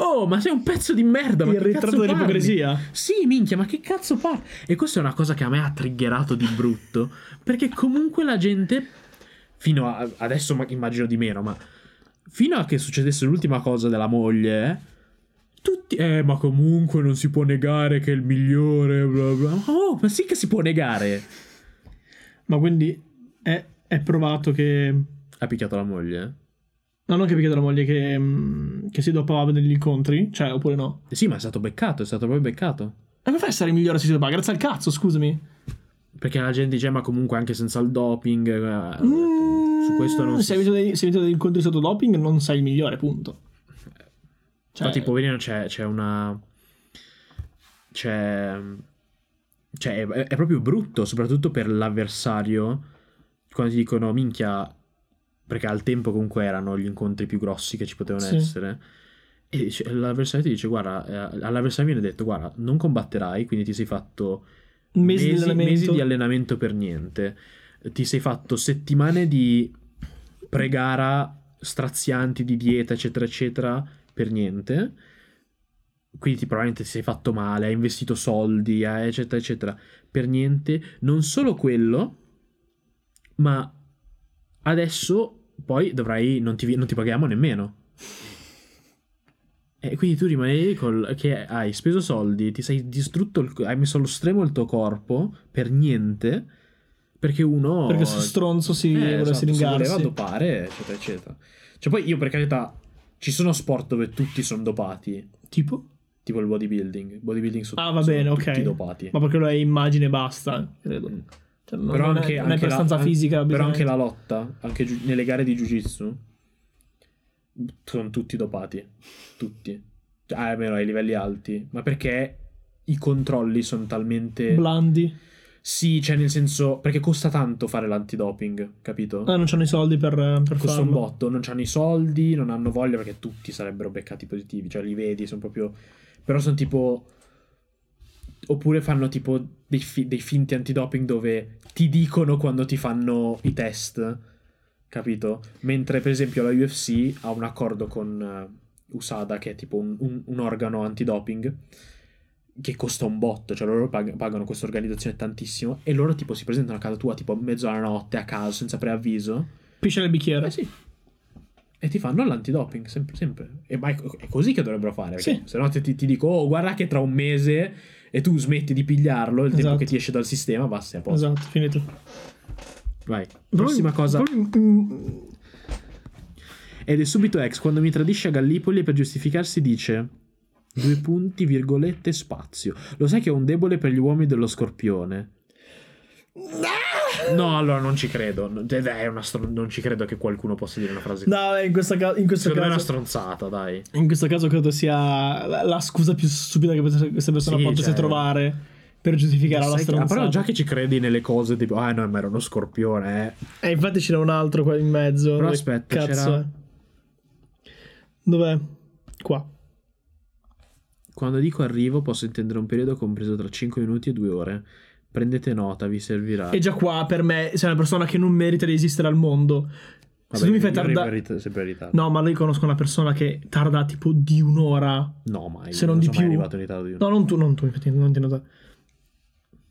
Speaker 1: Oh, ma sei un pezzo di merda. ma
Speaker 2: Il
Speaker 1: che cazzo
Speaker 2: ritratto
Speaker 1: parli?
Speaker 2: dell'ipocrisia.
Speaker 1: Sì, minchia, ma che cazzo fa? E questa è una cosa che a me ha triggerato di brutto. Perché comunque la gente. Fino a adesso ma- immagino di meno, ma. Fino a che succedesse l'ultima cosa della moglie, eh, tutti. Eh, ma comunque non si può negare che è il migliore. Bla bla. Ma Oh, ma sì che si può negare.
Speaker 2: Ma quindi è, è provato che.
Speaker 1: Ha picchiato la moglie?
Speaker 2: No, non che picchia la moglie che, mm, che si dopava negli incontri, cioè, oppure no.
Speaker 1: Eh Sì, ma è stato beccato, è stato proprio beccato.
Speaker 2: Ma come fai a essere migliore se si dopa? Grazie al cazzo, scusami.
Speaker 1: Perché la gente dice, "Eh, ma comunque anche senza il doping. eh, su questo non
Speaker 2: Mm, Se
Speaker 1: si.
Speaker 2: hai vinto dei- se hai vinto degli incontri sotto doping, non sei il migliore, punto. Cioè,
Speaker 1: Infatti, poverino, c'è, c'è una. C'è. Cioè, è, è proprio brutto, soprattutto per l'avversario. Quando ti dicono, minchia. Perché al tempo comunque erano gli incontri più grossi che ci potevano
Speaker 2: Sì.
Speaker 1: essere. E dice- l'avversario ti dice, guarda, eh, all'avversario viene detto, guarda, non combatterai, quindi ti sei fatto
Speaker 2: mesi, di
Speaker 1: mesi,
Speaker 2: allenamento.
Speaker 1: mesi di allenamento per niente. Ti sei fatto settimane di pregara strazianti di dieta, eccetera, eccetera, per niente. Quindi ti- probabilmente ti sei fatto male, hai investito soldi, eh, eccetera, eccetera, per niente. Non solo quello, ma adesso poi dovrai, non ti, non ti paghiamo nemmeno. E quindi tu rimani lì col, che hai speso soldi, ti sei distrutto, il- hai messo allo stremo il tuo corpo per niente, perché uno...
Speaker 2: Perché sto stronzo si
Speaker 1: Eh,
Speaker 2: voleva
Speaker 1: esatto, si voleva
Speaker 2: stringarsi.
Speaker 1: dopare, eccetera, eccetera. Cioè poi io per carità, ci sono sport dove tutti sono dopati,
Speaker 2: Tipo?
Speaker 1: tipo il bodybuilding. Bodybuilding sono,
Speaker 2: Ah, va
Speaker 1: sono
Speaker 2: bene,
Speaker 1: tutti
Speaker 2: ok.
Speaker 1: dopati.
Speaker 2: Ma perché lo è immagine e basta, credo.
Speaker 1: Mm.
Speaker 2: Cioè, non,
Speaker 1: però
Speaker 2: non
Speaker 1: anche,
Speaker 2: è, non è
Speaker 1: anche
Speaker 2: per
Speaker 1: la-
Speaker 2: stanza
Speaker 1: an-
Speaker 2: fisica.
Speaker 1: però anche
Speaker 2: bisogna-
Speaker 1: la lotta anche giu- nelle gare di jiu-jitsu sono tutti dopati tutti Cioè, ah, almeno ai livelli alti ma perché i controlli sono talmente
Speaker 2: Blandi.
Speaker 1: sì cioè nel senso perché costa tanto fare l'antidoping capito
Speaker 2: Ah, non c'hanno i soldi per, per
Speaker 1: costa un
Speaker 2: farlo.
Speaker 1: botto non hanno i soldi non hanno voglia perché tutti sarebbero beccati positivi cioè li vedi sono proprio però sono tipo oppure fanno tipo dei, fi- dei finti antidoping dove ti dicono quando ti fanno i test capito mentre per esempio la UFC ha un accordo con eh, USADA che è tipo un, un- un organo antidoping che costa un botto, cioè loro pag- pagano questa organizzazione tantissimo e loro tipo si presentano a casa tua tipo a mezzo alla notte a caso senza preavviso
Speaker 2: Piscia nel bicchiere.
Speaker 1: eh sì. E ti fanno l'antidoping, sempre, sempre. E ma è, è così che dovrebbero fare.
Speaker 2: Sì.
Speaker 1: perché Se no ti, ti- ti dico, oh, guarda che tra un mese e tu smetti di pigliarlo, il tempo
Speaker 2: Esatto.
Speaker 1: che ti esce dal sistema, basta, è a posto.
Speaker 2: Esatto, finito. Esatto.
Speaker 1: Vai. Prossima cosa.
Speaker 2: Poi- mm,
Speaker 1: Ed è subito ex, quando mi tradisce a Gallipoli e per giustificarsi dice... Due punti, virgolette, spazio. Lo sai che ho un debole per gli uomini dello scorpione.
Speaker 2: Ah!
Speaker 1: No, allora non ci credo. No, dai, è una stron- non ci credo che qualcuno possa dire una frase così.
Speaker 2: No, in, questa ca- in questo
Speaker 1: Secondo me è una
Speaker 2: caso.
Speaker 1: stronzata, dai.
Speaker 2: In questo caso credo sia la, la scusa più stupida che potesse- questa persona
Speaker 1: Sì,
Speaker 2: potesse
Speaker 1: cioè-
Speaker 2: trovare per giustificare la
Speaker 1: Sai che- ah,
Speaker 2: stronzata.
Speaker 1: però già che ci credi nelle cose tipo ah no ma era uno scorpione eh.
Speaker 2: E infatti c'era un altro qua in mezzo.
Speaker 1: Però
Speaker 2: Dove
Speaker 1: aspetta,
Speaker 2: cazzo
Speaker 1: c'era-
Speaker 2: è? Dov'è? Qua.
Speaker 1: quando dico arrivo posso intendere un periodo compreso tra 5 minuti e 2 ore prendete nota vi servirà
Speaker 2: E già qua per me sei una persona che non merita di esistere al mondo.
Speaker 1: Vabbè,
Speaker 2: Se tu mi fai
Speaker 1: io arrivo
Speaker 2: tardare.
Speaker 1: in rit- sempre in ritardo
Speaker 2: No, ma io conosco una persona che tarda tipo di un'ora.
Speaker 1: no mai
Speaker 2: se non di
Speaker 1: sono mai
Speaker 2: più.
Speaker 1: arrivato in ritardo di
Speaker 2: No, non tu, non tu, infatti, non ti noto.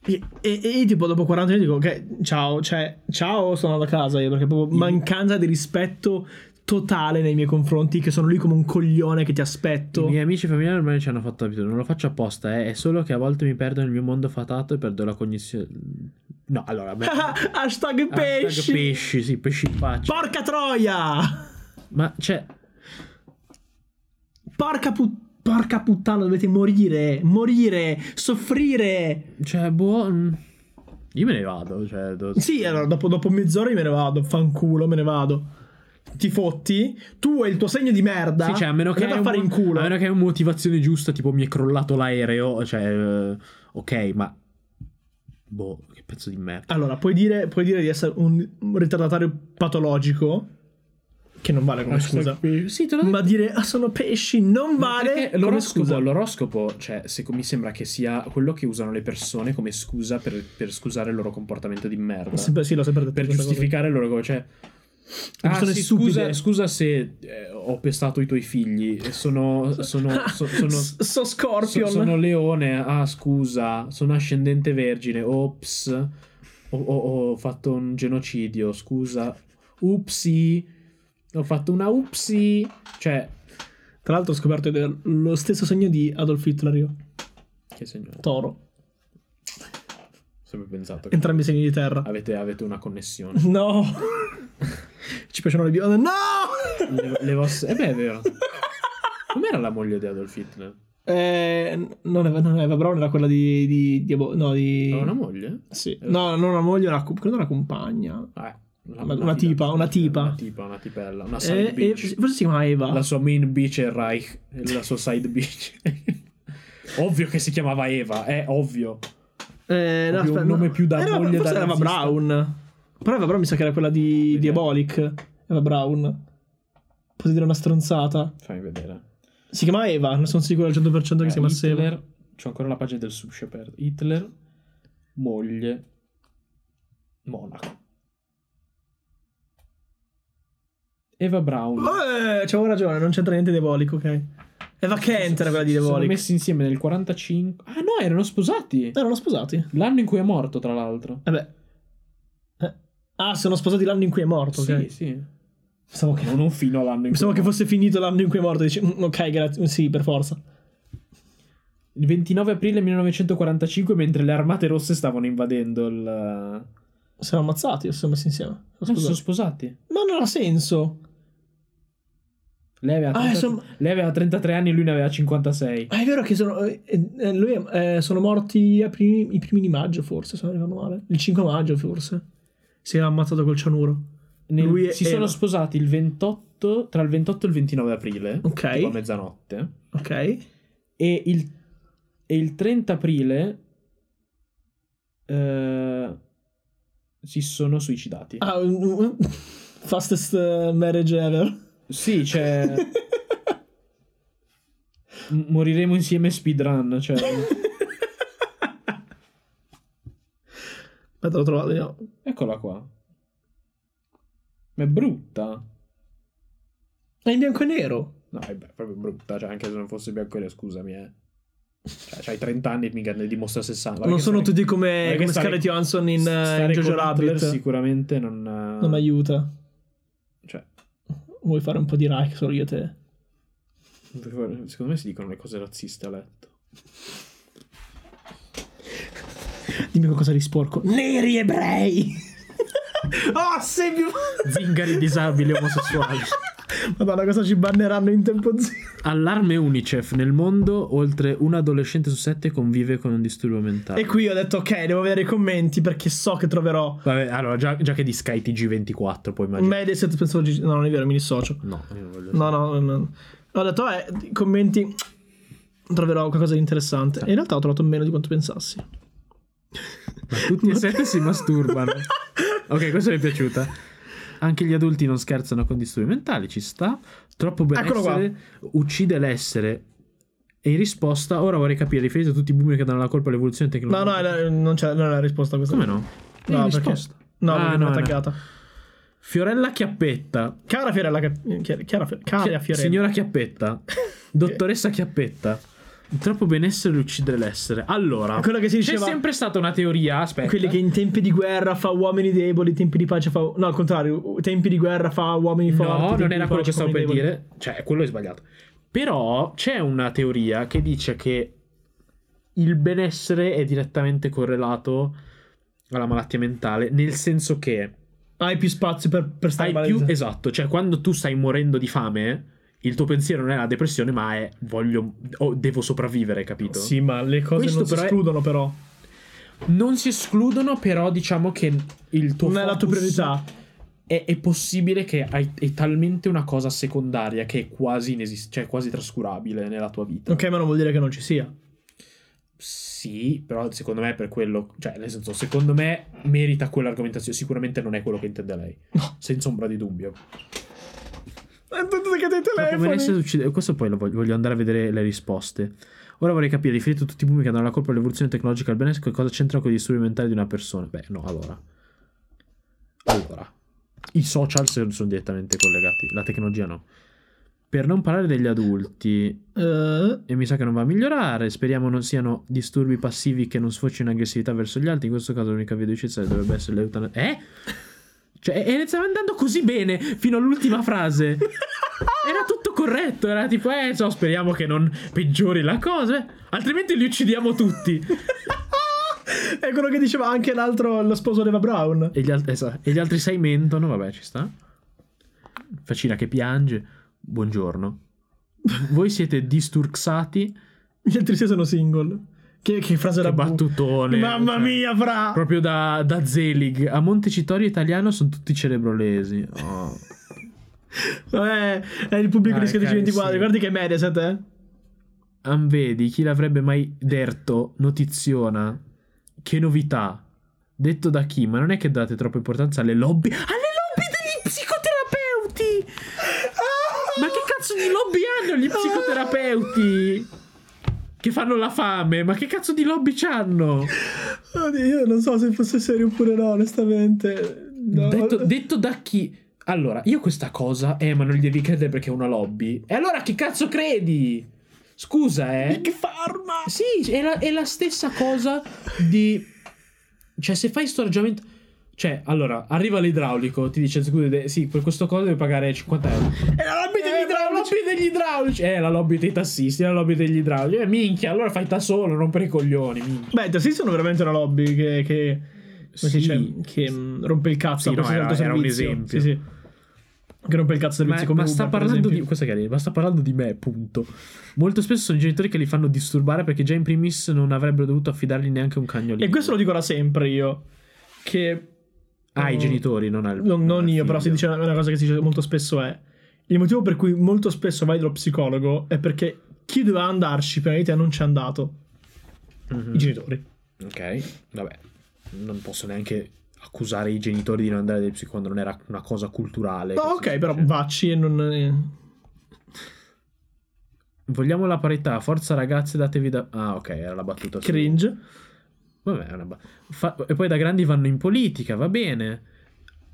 Speaker 2: E, e, e io tipo dopo 40 minuti dico ok, ciao, cioè, ciao, sono andato a casa io perché proprio mancanza di rispetto totale nei miei confronti che sono lì come un coglione che ti aspetto.
Speaker 1: I miei amici familiari ormai ci hanno fatto abitudine, non lo faccio apposta, eh, è solo che a volte mi perdo nel mio mondo fatato e perdo la cognizione. No, allora, beh,
Speaker 2: Hashtag
Speaker 1: hashtag
Speaker 2: pesci.
Speaker 1: pesci, sì, pesci in faccia.
Speaker 2: Porca troia!
Speaker 1: Ma cioè,
Speaker 2: Porca pu- Porca puttana, dovete morire, morire, soffrire.
Speaker 1: Cioè, boh. mm, Io me ne vado. Cioè, do-
Speaker 2: Sì, allora dopo, dopo mezz'ora io me ne vado, fanculo, me ne vado. Ti fotti, tu e il tuo segno di merda.
Speaker 1: Sì, cioè, a meno che
Speaker 2: andate
Speaker 1: hai
Speaker 2: a
Speaker 1: un-
Speaker 2: fare in culo.
Speaker 1: A meno che hai una motivazione giusta, tipo mi è crollato l'aereo, cioè eh, ok, ma boh, che pezzo di merda.
Speaker 2: Allora, puoi dire, puoi dire di essere un ritardatario patologico, che non vale come scusa.
Speaker 1: Ah, Sì, te l'ho detto.
Speaker 2: Ma dire, ah, sono pesci, non vale
Speaker 1: Perché
Speaker 2: come
Speaker 1: l'oroscopo,
Speaker 2: scusa.
Speaker 1: l'oroscopo, cioè, se- mi sembra che sia quello che usano le persone come scusa per, per scusare il loro comportamento di merda.
Speaker 2: Sempre- sì, l'ho sempre detto.
Speaker 1: per
Speaker 2: questa cosa.
Speaker 1: giustificare il loro cioè
Speaker 2: Le
Speaker 1: ah,
Speaker 2: persone
Speaker 1: sì,
Speaker 2: stupide.
Speaker 1: scusa, scusa se eh, ho pestato i tuoi figli sono sono so- sono,
Speaker 2: S- so
Speaker 1: so-
Speaker 2: Scorpion.
Speaker 1: sono leone ah scusa sono ascendente vergine ops ho, ho- ho fatto un genocidio scusa upsi ho fatto una upsi cioè
Speaker 2: Tra l'altro ho scoperto che è lo stesso segno di Adolf Hitler, io.
Speaker 1: che signore
Speaker 2: Toro.
Speaker 1: ho sempre pensato che
Speaker 2: Entrambi i segni di terra.
Speaker 1: avete, avete una connessione
Speaker 2: No. Ci piacciono le bionde. No!
Speaker 1: le, le vostre eh beh è vero com'era la moglie di Adolf Hitler
Speaker 2: Eh, non è non è Eva Braun, era quella di... di, di Abo- no, di...
Speaker 1: aveva una moglie
Speaker 2: Sì. No, non una moglie, una, credo una compagna.
Speaker 1: Ah, la-
Speaker 2: Una-
Speaker 1: la
Speaker 2: una
Speaker 1: fida-
Speaker 2: tipa, una tipa.
Speaker 1: Una tipa, una tipella, una
Speaker 2: Eh,
Speaker 1: side
Speaker 2: eh,
Speaker 1: bitch.
Speaker 2: forse si chiama Eva.
Speaker 1: La sua main bitch è Reich, e la sua side bitch. ovvio che si chiamava Eva, è ovvio.
Speaker 2: Eh, no,
Speaker 1: Proprio un nome più da
Speaker 2: Eh, no,
Speaker 1: moglie
Speaker 2: forse
Speaker 1: da
Speaker 2: era Eva
Speaker 1: nazista.
Speaker 2: Brown. Però Eva Brown mi sa che era quella di Diabolic. Eva Brown. Posso dire una stronzata.
Speaker 1: Fammi vedere.
Speaker 2: Si chiama Eva, non sono sicuro al 100% che si
Speaker 1: Eh,
Speaker 2: chiamasse Eva.
Speaker 1: Hitler, c'ho ancora la pagina del sub Shepard. Hitler, moglie, Monaco. Eva Brown.
Speaker 2: Eh, c'avevo ragione, non c'entra niente Diabolic, ok. Eva Kent era quella di
Speaker 1: Si sono
Speaker 2: Diabolic.
Speaker 1: messi insieme nel 45. Ah no, erano sposati.
Speaker 2: Erano Eh, sposati.
Speaker 1: L'anno in cui è morto, tra l'altro.
Speaker 2: Eh beh. Eh. Ah, sono sposati l'anno in cui è morto, ok.
Speaker 1: Sì, sì.
Speaker 2: Pensavo che,
Speaker 1: Non fino all'anno in cui
Speaker 2: pensavo
Speaker 1: è
Speaker 2: che
Speaker 1: morto.
Speaker 2: fosse finito l'anno in cui è morto. Dici, "Mm, ok, grazie. Sì, per forza.
Speaker 1: Il 29 aprile 1945, mentre le armate rosse stavano invadendo il.
Speaker 2: Si erano ammazzati o si sono messi insieme? Sono
Speaker 1: Non Eh, sono
Speaker 2: sposati.
Speaker 1: sposati.
Speaker 2: Ma non ha senso.
Speaker 1: Lei aveva,
Speaker 2: Ah,
Speaker 1: 30
Speaker 2: insomma-
Speaker 1: lei aveva 33 anni e lui ne aveva 56.
Speaker 2: Ah, è vero che sono. eh, eh, lui è- eh, sono morti a primi- i primi di maggio, forse. Se non ricordo male. Il 5 maggio, forse. Si era ammazzato col cianuro.
Speaker 1: Nel-
Speaker 2: Lui è-
Speaker 1: si
Speaker 2: era-
Speaker 1: sono sposati il 28, tra il 28 e il 29 aprile,
Speaker 2: Ok.
Speaker 1: tipo a mezzanotte.
Speaker 2: Ok.
Speaker 1: E il, e il 30 aprile eh, si sono suicidati.
Speaker 2: Ah, un- un- un- fastest eh, marriage ever.
Speaker 1: Sì,
Speaker 2: Cioè,
Speaker 1: c'è. M- Moriremo insieme speedrun. Cioè.
Speaker 2: Aspetta, l'ho trovato io.
Speaker 1: Eccola qua. Ma è brutta.
Speaker 2: È in bianco e nero.
Speaker 1: No, è be- proprio brutta. Cioè, anche se non fosse bianco e nero, scusami, eh. Cioè, c'hai 30 anni e mica ne dimostra
Speaker 2: non
Speaker 1: 60. Perché
Speaker 2: sono
Speaker 1: stare-
Speaker 2: tutti come,
Speaker 1: perché
Speaker 2: come
Speaker 1: stare-
Speaker 2: Scarlett Johansson in, eh,
Speaker 1: stare
Speaker 2: in Jojo
Speaker 1: con Hitler
Speaker 2: Rabbit.
Speaker 1: Sicuramente non. eh,
Speaker 2: Non mi aiuta.
Speaker 1: Cioè,
Speaker 2: Vuoi fare un po' di Reich solo io e te?
Speaker 1: secondo me si dicono le cose razziste a letto.
Speaker 2: Dimmi qualcosa di sporco. Neri ebrei! oh, sei più...
Speaker 1: Zingari disabili omosessuali.
Speaker 2: Madonna, cosa ci banneranno in tempo zero?
Speaker 1: Allarme Unicef. Nel mondo, oltre un adolescente su sette convive con un disturbo mentale.
Speaker 2: E qui ho detto, ok, devo vedere i commenti perché so che troverò...
Speaker 1: Vabbè, allora, già, già che di Sky TG24, poi immaginare.
Speaker 2: Mediaset, penso... No, non è vero, mi dissocio.
Speaker 1: No, io non voglio.
Speaker 2: No, no, no. Ho detto, eh, i commenti... Troverò qualcosa di interessante. E in realtà ho trovato meno di quanto pensassi.
Speaker 1: Tutti e sette si masturbano. Ok, questa mi è piaciuta. Anche gli adulti non scherzano con disturbi mentali, ci sta. Troppo
Speaker 2: Eccolo qua.
Speaker 1: benessere uccide l'essere. E in risposta, ora vorrei capire, riferito a tutti i boomer che danno la colpa all'evoluzione
Speaker 2: No,
Speaker 1: tecnologica.
Speaker 2: no, eh, non c'è non è la risposta a questa.
Speaker 1: Come no? Eh,
Speaker 2: No, perché...
Speaker 1: risposta.
Speaker 2: No,
Speaker 1: Ah,
Speaker 2: perché
Speaker 1: no,
Speaker 2: non è
Speaker 1: no.
Speaker 2: taggata.
Speaker 1: Fiorella Chiappetta. Ah,
Speaker 2: Cara Fiorella... Ca- Chiara, Chiara, Fiore- Cara Fiorella.
Speaker 1: Signora Chiappetta. Dottoressa Chiappetta. Troppo benessere uccide l'essere. Allora,
Speaker 2: Quello che si diceva-
Speaker 1: c'è sempre stata una teoria. Aspetta,
Speaker 2: Quelli che in tempi di guerra fa uomini deboli, tempi di pace fa. No, al contrario, tempi di guerra fa uomini forti.
Speaker 1: No,
Speaker 2: tempi
Speaker 1: non
Speaker 2: di
Speaker 1: era quello
Speaker 2: pace
Speaker 1: che
Speaker 2: fa
Speaker 1: stavo per
Speaker 2: uomini deboli.
Speaker 1: dire. Cioè, quello è sbagliato. Però c'è una teoria che dice che il benessere è direttamente correlato alla malattia mentale, nel senso che
Speaker 2: Hai più spazio per, per stare
Speaker 1: hai
Speaker 2: male.
Speaker 1: più... Esatto, cioè quando tu stai morendo di fame, il tuo pensiero non è la depressione, ma è voglio, oh, devo sopravvivere, capito?
Speaker 2: Sì, ma le cose
Speaker 1: Questo
Speaker 2: non si
Speaker 1: però è-
Speaker 2: escludono, però.
Speaker 1: Non si escludono, però diciamo che il tuo
Speaker 2: Non è la tua
Speaker 1: focus
Speaker 2: priorità.
Speaker 1: È, è possibile che hai- è talmente una cosa secondaria che è quasi, inesist- cioè è quasi trascurabile nella tua vita.
Speaker 2: Ok, ma non vuol dire che non ci sia.
Speaker 1: Sì, però secondo me è per quello, cioè nel senso, secondo me merita quell'argomentazione, sicuramente non è quello che intende lei. Senza ombra di dubbio.
Speaker 2: È tutto che dei
Speaker 1: Ma come
Speaker 2: telefoni.
Speaker 1: adesso succede- Questo poi lo voglio, voglio andare a vedere le risposte. Ora vorrei capire, riferito a tutti i boomer che danno la colpa all'evoluzione tecnologica e al benessere, cosa c'entra con i disturbi mentali di una persona? Beh, no, allora. Allora. I social se- sono direttamente collegati, la tecnologia no. Per non parlare degli adulti,
Speaker 2: Eh,
Speaker 1: e mi sa che non va a migliorare, speriamo non siano disturbi passivi che non sfociano in aggressività verso gli altri, in questo caso l'unica via di uscita dovrebbe essere l'eutanasia. Eh? Cioè, e stava andando così bene fino all'ultima frase. Era tutto corretto, era tipo, eh, so, speriamo che non peggiori la cosa, eh, altrimenti li uccidiamo tutti.
Speaker 2: è quello che diceva anche l'altro, lo sposo di Eva Brown.
Speaker 1: E gli, al- esatto. E gli altri sei mentono, vabbè, ci sta. Facina che piange, buongiorno. Voi siete disturxati,
Speaker 2: Gli altri sei sono single. Che, che frase da
Speaker 1: che
Speaker 2: bu-
Speaker 1: battutone.
Speaker 2: Mamma
Speaker 1: cioè.
Speaker 2: mia, fra.
Speaker 1: Proprio da, da Zelig a Montecitorio italiano sono tutti cerebrolesi. Oh.
Speaker 2: Eh, è il pubblico
Speaker 1: Ah,
Speaker 2: di Scattici
Speaker 1: ok,
Speaker 2: 24.
Speaker 1: sì.
Speaker 2: Guardi che Mediaset, eh.
Speaker 1: Am vedi, chi l'avrebbe mai detto notiziona. Che novità. Detto da chi? Ma non è che date troppa importanza alle lobby. Alle lobby degli psicoterapeuti! Ma che cazzo di lobby hanno gli psicoterapeuti? Che fanno la fame? Ma che cazzo di lobby c'hanno? Ah!
Speaker 2: Oddio, io non so se fosse serio oppure no, onestamente. No.
Speaker 1: Detto, detto da chi? Allora, io questa cosa, eh, ma non gli devi credere perché è una lobby. E allora chi cazzo credi? Scusa, eh.
Speaker 2: Big Pharma!
Speaker 1: Sì, è la, è la stessa cosa di... Cioè, se fai sto ragionamento... Cioè, allora, arriva l'idraulico, ti dice, scusa, de- sì, per questo coso devi pagare 50 euro.
Speaker 2: È la lobby
Speaker 1: Eh, ma la lobby degli idraulici! Eh, la lobby dei tassisti, la lobby degli idraulici. Eh, minchia, allora fai da solo, rompere i coglioni, minchia.
Speaker 2: Beh, i tassisti sono veramente una lobby che, che, come si
Speaker 1: Sì.
Speaker 2: dice, che mh, rompe il cazzo
Speaker 1: Sì,
Speaker 2: a
Speaker 1: no,
Speaker 2: qualsiasi
Speaker 1: era-
Speaker 2: altro
Speaker 1: era un
Speaker 2: servizio.
Speaker 1: esempio.
Speaker 2: Sì, sì. Che rompe il cazzo del
Speaker 1: Ma,
Speaker 2: servizio Cioè, come
Speaker 1: ma sta
Speaker 2: Uber, per
Speaker 1: parlando di.
Speaker 2: esempio.
Speaker 1: Questa è carina, ma sta parlando di me, punto. Molto spesso sono i genitori che li fanno disturbare perché già in primis non avrebbero dovuto affidargli neanche un cagnolino.
Speaker 2: E questo lo dico da sempre io, che...
Speaker 1: Ah, i
Speaker 2: eh,
Speaker 1: genitori, non al.
Speaker 2: Non, non
Speaker 1: al
Speaker 2: io, però si
Speaker 1: figlio.
Speaker 2: dice una cosa che si dice molto spesso è... Il motivo per cui molto spesso vai dallo psicologo è perché chi doveva andarci prima di te non ci è andato.
Speaker 1: Mm.
Speaker 2: I genitori.
Speaker 1: Mhm. Eh, Ok, vabbè. Non posso neanche accusare i genitori di non andare dai psicologi quando non era una cosa culturale.
Speaker 2: No,
Speaker 1: che
Speaker 2: Boh, ok,
Speaker 1: si
Speaker 2: però
Speaker 1: dice.
Speaker 2: vacci e non... eh.
Speaker 1: Vogliamo la parità, forza ragazze, datevi da. Ah, ok, era la battuta. su-
Speaker 2: Cringe.
Speaker 1: Vabbè, è una ba- fa- e poi da grandi vanno in politica, va bene.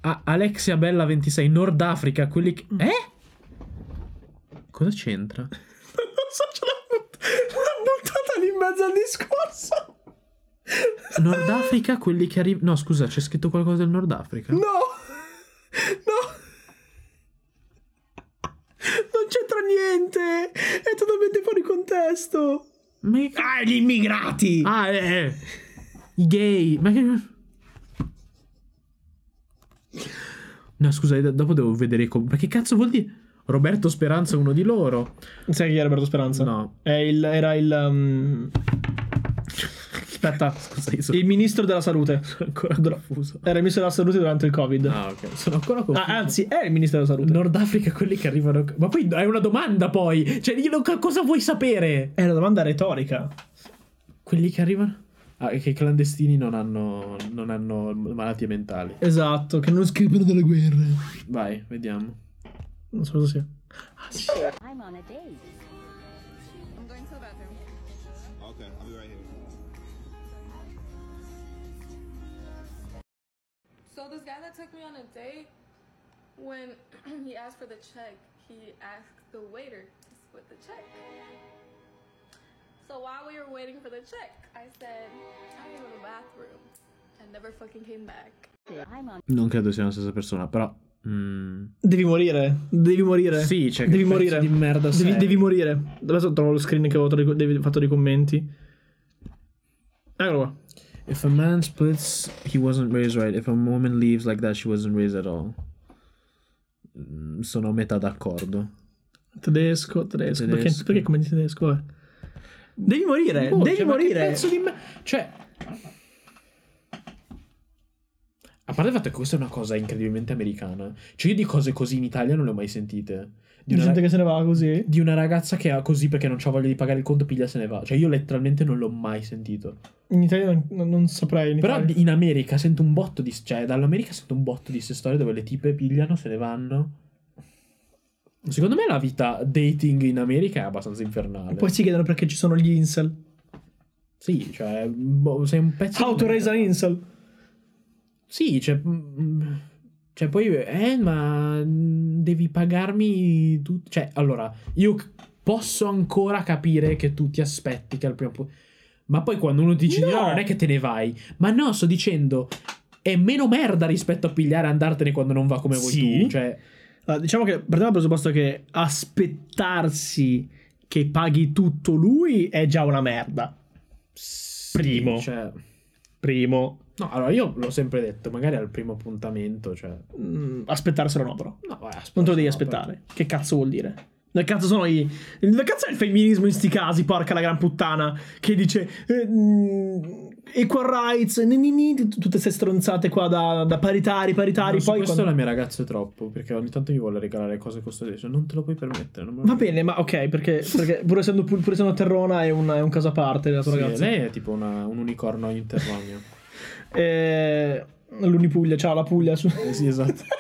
Speaker 1: A- Alexia Bella 26, Nord Africa, quelli che... Eh? Cosa c'entra?
Speaker 2: Non so, ce l'ha, but- l'ha buttata lì in mezzo al discorso.
Speaker 1: Nord Africa, quelli che arrivano... No, scusa, c'è scritto qualcosa del Nord Africa?
Speaker 2: No, no. Non c'entra niente. È totalmente fuori contesto.
Speaker 1: Ma che-
Speaker 2: Ah, gli immigrati.
Speaker 1: Ah, eh, eh. I gay. Ma che... No, scusa, d- dopo devo vedere come... Ma che cazzo vuol dire? Roberto Speranza è uno di loro.
Speaker 2: Sai chi è Roberto Speranza?
Speaker 1: No.
Speaker 2: È il- era il. um, Aspetta.
Speaker 1: Scusa, io sono
Speaker 2: Il ministro della salute.
Speaker 1: ancora
Speaker 2: Dro-
Speaker 1: confuso.
Speaker 2: Era il ministro della salute durante il COVID.
Speaker 1: Ah, ok. Sono ancora confuso.
Speaker 2: Ah, anzi, è il ministro della salute.
Speaker 1: Nord Africa quelli che arrivano. Ma poi è una domanda, poi. Cioè, io non- co- cosa vuoi sapere?
Speaker 2: È una domanda retorica.
Speaker 1: Quelli che arrivano. Ah, che i clandestini non hanno, non hanno malattie mentali.
Speaker 2: Esatto, che non scrivono delle guerre.
Speaker 1: Vai, vediamo.
Speaker 2: Non so cosa sia.
Speaker 7: I'm on a date. I'm going to the bathroom.
Speaker 8: Okay, I'll be right here.
Speaker 9: So this guy that took me on a date, when he asked for the check, he asked the waiter to split the check. So while we were waiting for the check, I said, I gotta go to the bathroom. I never fucking came back.
Speaker 7: I'm on
Speaker 1: Non credo sia la stessa persona, però. mm,
Speaker 2: Devi morire, devi morire.
Speaker 1: Sì, cioè, che
Speaker 2: devi
Speaker 1: pezzo
Speaker 2: morire.
Speaker 1: di merda
Speaker 2: devi,
Speaker 1: sei.
Speaker 2: devi morire. Adesso trovo lo screen che avevo tro- devi- fatto dei commenti. Eccolo qua.
Speaker 1: If a man splits, he wasn't raised right. If a woman leaves like that, she wasn't raised at all. Mm, Sono a metà d'accordo.
Speaker 2: Tedesco, tedesco.
Speaker 1: Tedesco.
Speaker 2: Perché, perché come di tedesco? Vabbè. Devi morire,
Speaker 1: Boh,
Speaker 2: Eh, devi
Speaker 1: cioè, ma che
Speaker 2: morire.
Speaker 1: pezzo di me- Cioè. A parte il fatto che questa è una cosa incredibilmente americana. Cioè, io di cose così in Italia non le ho mai sentite. Di
Speaker 2: Di
Speaker 1: una,
Speaker 2: gente che se ne va così.
Speaker 1: di una ragazza che ha così perché non c'ha voglia di pagare il conto, piglia e se ne va. Cioè, io letteralmente non l'ho mai sentito.
Speaker 2: In Italia non, non- non saprei. In
Speaker 1: Però
Speaker 2: Italia.
Speaker 1: di- in America sento un botto di. Cioè, dall'America sento un botto di queste storie dove le tipe pigliano, se ne vanno. Secondo me la vita dating in America è abbastanza infernale.
Speaker 2: Poi si chiedono perché ci sono gli incel.
Speaker 1: Sì, cioè, boh, sei un pezzo.
Speaker 2: How
Speaker 1: di
Speaker 2: to raise
Speaker 1: merda.
Speaker 2: an incel.
Speaker 1: Sì, cioè, mm, cioè poi, eh, ma mm, devi pagarmi tutto. Cioè, allora, io c- posso ancora capire che tu ti aspetti che al primo po- Ma poi quando uno ti dice di no.
Speaker 2: No.
Speaker 1: non è che te ne vai. Ma no, sto dicendo, è meno merda rispetto a pigliare e andartene quando non va come vuoi
Speaker 2: Sì.
Speaker 1: tu. Cioè,
Speaker 2: Allora, diciamo che partiamo dal presupposto che aspettarsi che paghi tutto lui è già una merda.
Speaker 1: sì,
Speaker 2: Primo.
Speaker 1: cioè-
Speaker 2: Primo,
Speaker 1: no, allora io l'ho sempre detto, magari al primo appuntamento, cioè... No,
Speaker 2: mm, aspettarselo no però.
Speaker 1: eh, aspetta,
Speaker 2: Non te lo devi
Speaker 1: no,
Speaker 2: aspettare. Che cazzo vuol dire? Che cazzo sono i. Che cazzo è il femminismo in sti casi, porca la gran puttana? Che dice. eh, mm, equal rights, ni, ni, ni, tut- tutte queste stronzate qua da, da paritari, paritari.
Speaker 1: No, su
Speaker 2: poi
Speaker 1: questo
Speaker 2: quando-
Speaker 1: la mia ragazza è troppo perché ogni tanto mi vuole regalare cose costose cioè, non te lo puoi permettere non me lo
Speaker 2: Va bene, ma ok, perché, perché pur, essendo, pur, pur essendo terrona è un, è un caso a parte la tua
Speaker 1: Sì,
Speaker 2: ragazza.
Speaker 1: lei è tipo una- un unicorno interromio
Speaker 2: Eh, L'Unipuglia, ciao la Puglia. Su...
Speaker 1: sì esatto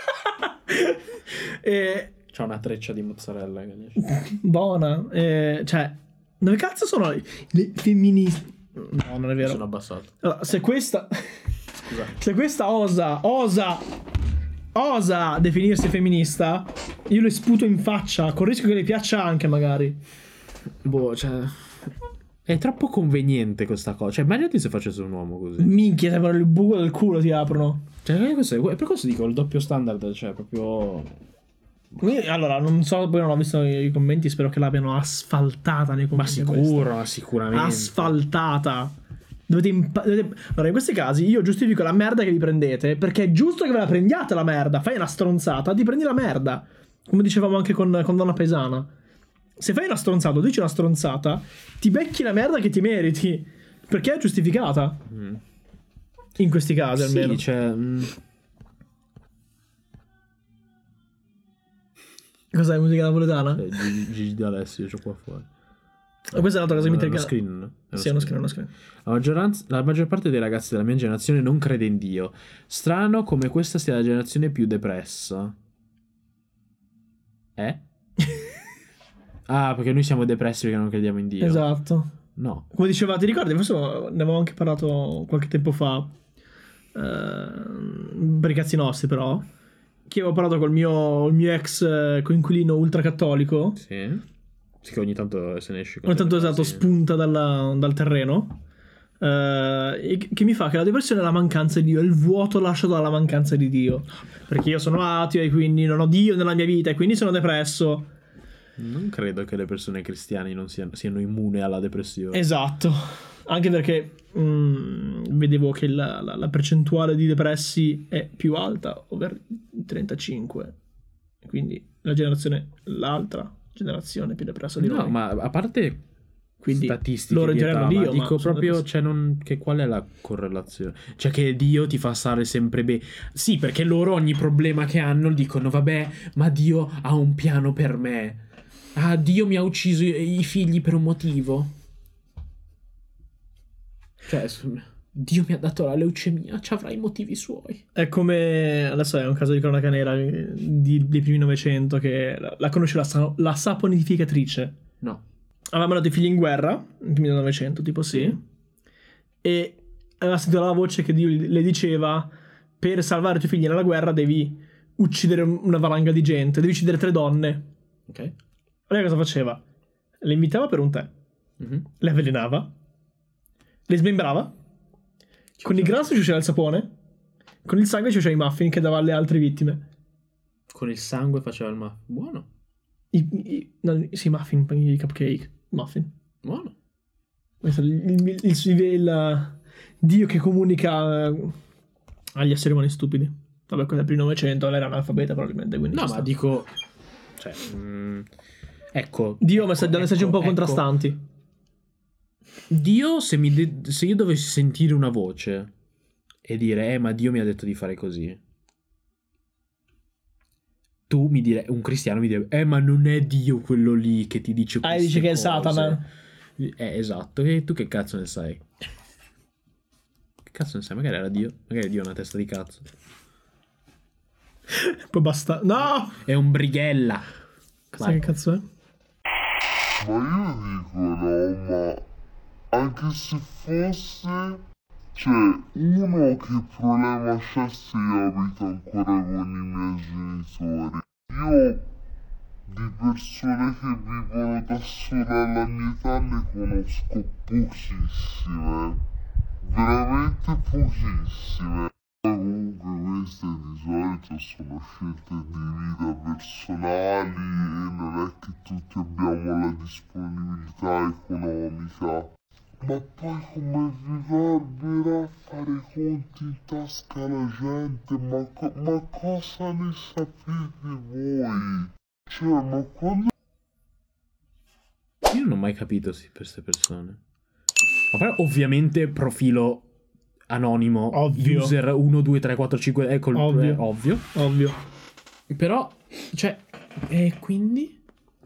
Speaker 2: Eh,
Speaker 1: c'ha una treccia di mozzarella che ne-
Speaker 2: buona. Eh, cioè, dove cazzo sono i- le femministe? No, non è
Speaker 1: mi
Speaker 2: vero.
Speaker 1: sono abbassato
Speaker 2: Allora, se questa.
Speaker 1: Scusa.
Speaker 2: Se questa osa, osa, osa definirsi femminista, io le sputo in faccia, con il rischio che le piaccia anche magari.
Speaker 1: boh cioè è troppo conveniente questa cosa cioè immaginati se facesse un uomo così
Speaker 2: Minchia, sembra il buco del culo ti aprono.
Speaker 1: cioè questo è, per questo dico il doppio standard cioè proprio
Speaker 2: Io- Allora, non so, poi non ho visto i i commenti, spero che l'abbiano asfaltata nei
Speaker 1: ma
Speaker 2: commenti. questa.
Speaker 1: sicuro ma sicuramente
Speaker 2: Asfaltata. Dovete impa- dovete- Allora, in questi casi io giustifico la merda che vi prendete, perché è giusto che ve la prendiate la merda. Fai una stronzata, ti prendi la merda. Come dicevamo anche con, con Donna Pesana. Se fai una stronzata o dici una stronzata, ti becchi la merda che ti meriti. Perché è giustificata. In questi casi, almeno.
Speaker 1: Mm. sì cioè mm,
Speaker 2: Cos'è musica napoletana?
Speaker 1: eh, Gigi Gigi D'Alessio c'ho qua fuori
Speaker 2: Questa è l'altra cosa che mi
Speaker 1: No, Eh, è uno
Speaker 2: interessa.
Speaker 1: screen no? È
Speaker 2: Sì, è uno screen, è uno screen.
Speaker 1: La, maggioranza- la maggior parte dei ragazzi della mia generazione non crede in Dio. Strano come questa sia la generazione più depressa. Eh? ah, perché noi siamo depressi perché non crediamo in Dio.
Speaker 2: Esatto.
Speaker 1: No.
Speaker 2: come dicevate, ti ricordi? Forse ne avevamo anche parlato qualche tempo fa. ehm, per i cazzi nostri, però. Che avevo parlato col mio, il mio ex eh, coinquilino ultracattolico.
Speaker 1: Sì. Sì, che ogni tanto se ne esce. con
Speaker 2: Ogni tanto
Speaker 1: delle
Speaker 2: esatto,
Speaker 1: frasi-
Speaker 2: spunta dalla- dal terreno. eh, e che- che mi fa che la depressione è la mancanza di Dio, è il vuoto lasciato dalla mancanza di Dio. Perché io sono ateo e quindi non ho Dio nella mia vita e quindi sono depresso.
Speaker 1: Non credo che le persone cristiane non siano, siano immune alla depressione.
Speaker 2: Esatto, anche perché mm, vedevo che la, la- la percentuale di depressi è più alta, ovvero il 35. Quindi la generazione, l'altra generazione più depressa di
Speaker 1: no,
Speaker 2: noi.
Speaker 1: ma a parte
Speaker 2: Quindi
Speaker 1: statistiche
Speaker 2: loro
Speaker 1: di età,
Speaker 2: entreranno
Speaker 1: ma
Speaker 2: Dio, ma
Speaker 1: dico
Speaker 2: sono
Speaker 1: proprio
Speaker 2: depressi.
Speaker 1: cioè, non- che qual è la correlazione cioè che Dio ti fa stare sempre bene sì perché loro ogni problema che hanno dicono vabbè ma Dio ha un piano per me ah Dio mi ha ucciso i, i figli per un motivo cioè s- Dio mi ha dato la leucemia ci avrà i motivi suoi
Speaker 2: È come, adesso è un caso di cronaca nera eh, di- dei primi Novecento, che la, la conosce la, sa- la saponificatrice.
Speaker 1: no
Speaker 2: aveva mandato i figli in guerra nel 1900, tipo sì, e aveva sentito la voce che Dio le diceva: Per salvare i tuoi figli nella guerra devi uccidere una valanga di gente, devi uccidere tre donne.
Speaker 1: ok
Speaker 2: Lei cosa faceva? Le invitava per un tè,
Speaker 1: Mhm.
Speaker 2: le avvelenava, le smembrava, con il grasso ci usciva il sapone, con il sangue ci usciva i muffin che dava alle altre vittime.
Speaker 1: con il sangue faceva il ma buono
Speaker 2: I, i, no, sì, i muffin, i cupcake, muffin.
Speaker 1: buono
Speaker 2: Questo è il, il- il- il- il- Dio che comunica eh, agli esseri umani stupidi. Vabbè, quella del primo novecento, lei era analfabeta probabilmente, quindi...
Speaker 1: No,
Speaker 2: ci
Speaker 1: ma
Speaker 2: sta.
Speaker 1: dico. Cioè. mm, Ecco,
Speaker 2: Dio, messa-
Speaker 1: ecco,
Speaker 2: dà messaggi un po'
Speaker 1: ecco.
Speaker 2: contrastanti.
Speaker 1: Dio, se, mi de- se io dovessi sentire una voce e dire, eh, ma Dio mi ha detto di fare così, tu mi direi, un cristiano mi direbbe, eh, ma non è Dio quello lì che ti dice
Speaker 2: Ah,
Speaker 1: queste
Speaker 2: dice che è
Speaker 1: cose."
Speaker 2: Satana.
Speaker 1: Eh, esatto, e tu che cazzo ne sai? Che cazzo ne sai? Magari era Dio, magari Dio ha una testa di cazzo.
Speaker 2: Poi basta. No!
Speaker 1: È un brighella.
Speaker 2: Sai che cazzo è?
Speaker 10: Ma io dico no, ma anche se fosse... Cioè, uno che problema c'è se io abito ancora con i miei genitori? Io di persone che vivono da sole alla mia età ne conosco pochissime. Veramente pochissime. Poi comunque queste di solito sono scelte di vita personali e non è che tutti abbiamo la disponibilità economica. Ma poi come riverbera fare i conti in tasca alla gente? Ma, co- ma cosa ne sapete voi? Cioè, ma quando
Speaker 1: Io non ho mai capito sì, per queste persone. Ma poi ovviamente profilo anonimo,
Speaker 2: Ovvio.
Speaker 1: user 1, 2, 3, 4, 5, ecco il
Speaker 2: Ovvio.
Speaker 1: eh, ovvio.
Speaker 2: Ovvio.
Speaker 1: Però, cioè, e quindi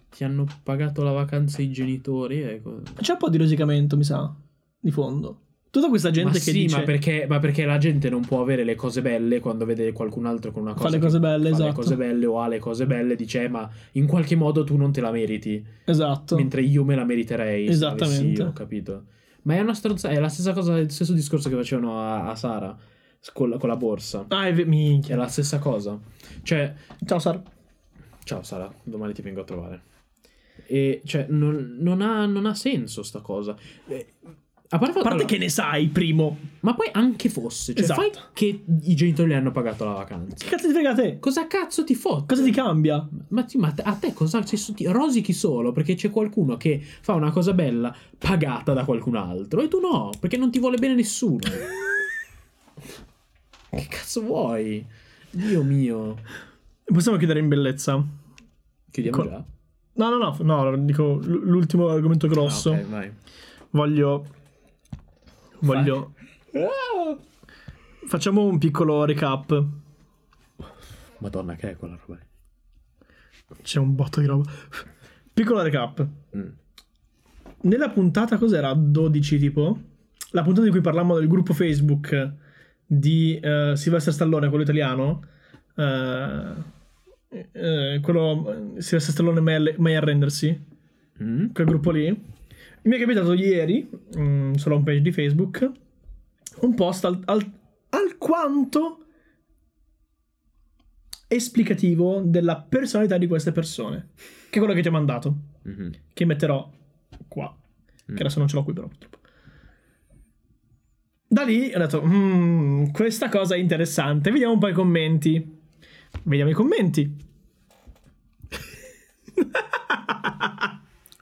Speaker 1: ti hanno pagato la vacanza i genitori? Ecco.
Speaker 2: C'è un po' di rosicamento, mi sa, di fondo. Tutta questa gente
Speaker 1: Ma
Speaker 2: che
Speaker 1: sì,
Speaker 2: dice
Speaker 1: ma, perché, ma perché la gente non può avere le cose belle quando vede qualcun altro con una
Speaker 2: Fa
Speaker 1: cosa
Speaker 2: le
Speaker 1: che-
Speaker 2: cose belle,
Speaker 1: fa le
Speaker 2: esatto.
Speaker 1: cose belle o ha le cose belle, dice, "Eh, ma in qualche modo tu non te la meriti.
Speaker 2: Esatto.
Speaker 1: mentre io me la meriterei. se
Speaker 2: Esattamente.
Speaker 1: l'avessi io, capito? Ma è una stronzata, è la stessa cosa, è il stesso discorso che facevano a, a Sara s- con la, con la borsa.
Speaker 2: Ah, è ve-
Speaker 1: È
Speaker 2: minchia.
Speaker 1: la stessa cosa. Cioè,
Speaker 2: Ciao Sar.
Speaker 1: ciao Sara, domani ti vengo a trovare. E cioè, non, non ha, non ha senso sta cosa. Eh, A parte,
Speaker 2: A parte
Speaker 1: allora,
Speaker 2: che ne sai, primo.
Speaker 1: Ma poi anche fosse, cioè,
Speaker 2: Esatto.
Speaker 1: fai che i genitori le hanno pagato la
Speaker 2: Che
Speaker 1: vacanza.
Speaker 2: cazzo ti frega a te?
Speaker 1: Cosa cazzo ti fotte?
Speaker 2: Cosa ti cambia?
Speaker 1: Ma, ti- ma te- a te cosa ci so- ti rosichi solo perché c'è qualcuno che fa una cosa bella pagata da qualcun altro e tu no, perché non ti vuole bene nessuno. che cazzo vuoi? Dio mio.
Speaker 2: Possiamo chiudere in bellezza. No,
Speaker 1: Chiudiamo
Speaker 2: Co-
Speaker 1: già. Ah,
Speaker 2: no, no, no, dico l- l'ultimo argomento grosso.
Speaker 1: Ah, ok, vai.
Speaker 2: Voglio. Voglio.
Speaker 1: Ah!
Speaker 2: Facciamo un piccolo recap.
Speaker 1: Madonna, che è quella roba? lì?
Speaker 2: C'è un botto di roba. Piccolo recap.
Speaker 1: Mm.
Speaker 2: Nella puntata, cos'era? 12 tipo? La puntata in cui parlammo del gruppo Facebook di eh, Sylvester Stallone, quello italiano. eh, eh, quello eh, Sylvester Stallone mai, alle- mai arrendersi.
Speaker 1: Mm?
Speaker 2: quel gruppo lì. Mi è capitato ieri, mm, sulla homepage di Facebook, un post al- al- alquanto esplicativo della personalità di queste persone, che è quello che ti ho mandato,
Speaker 1: Mhm.
Speaker 2: che metterò qua,
Speaker 1: Mm.
Speaker 2: che adesso non ce l'ho qui però purtroppo. Da lì ho detto, "Mm, questa cosa è interessante, vediamo un po' i commenti. Vediamo i commenti.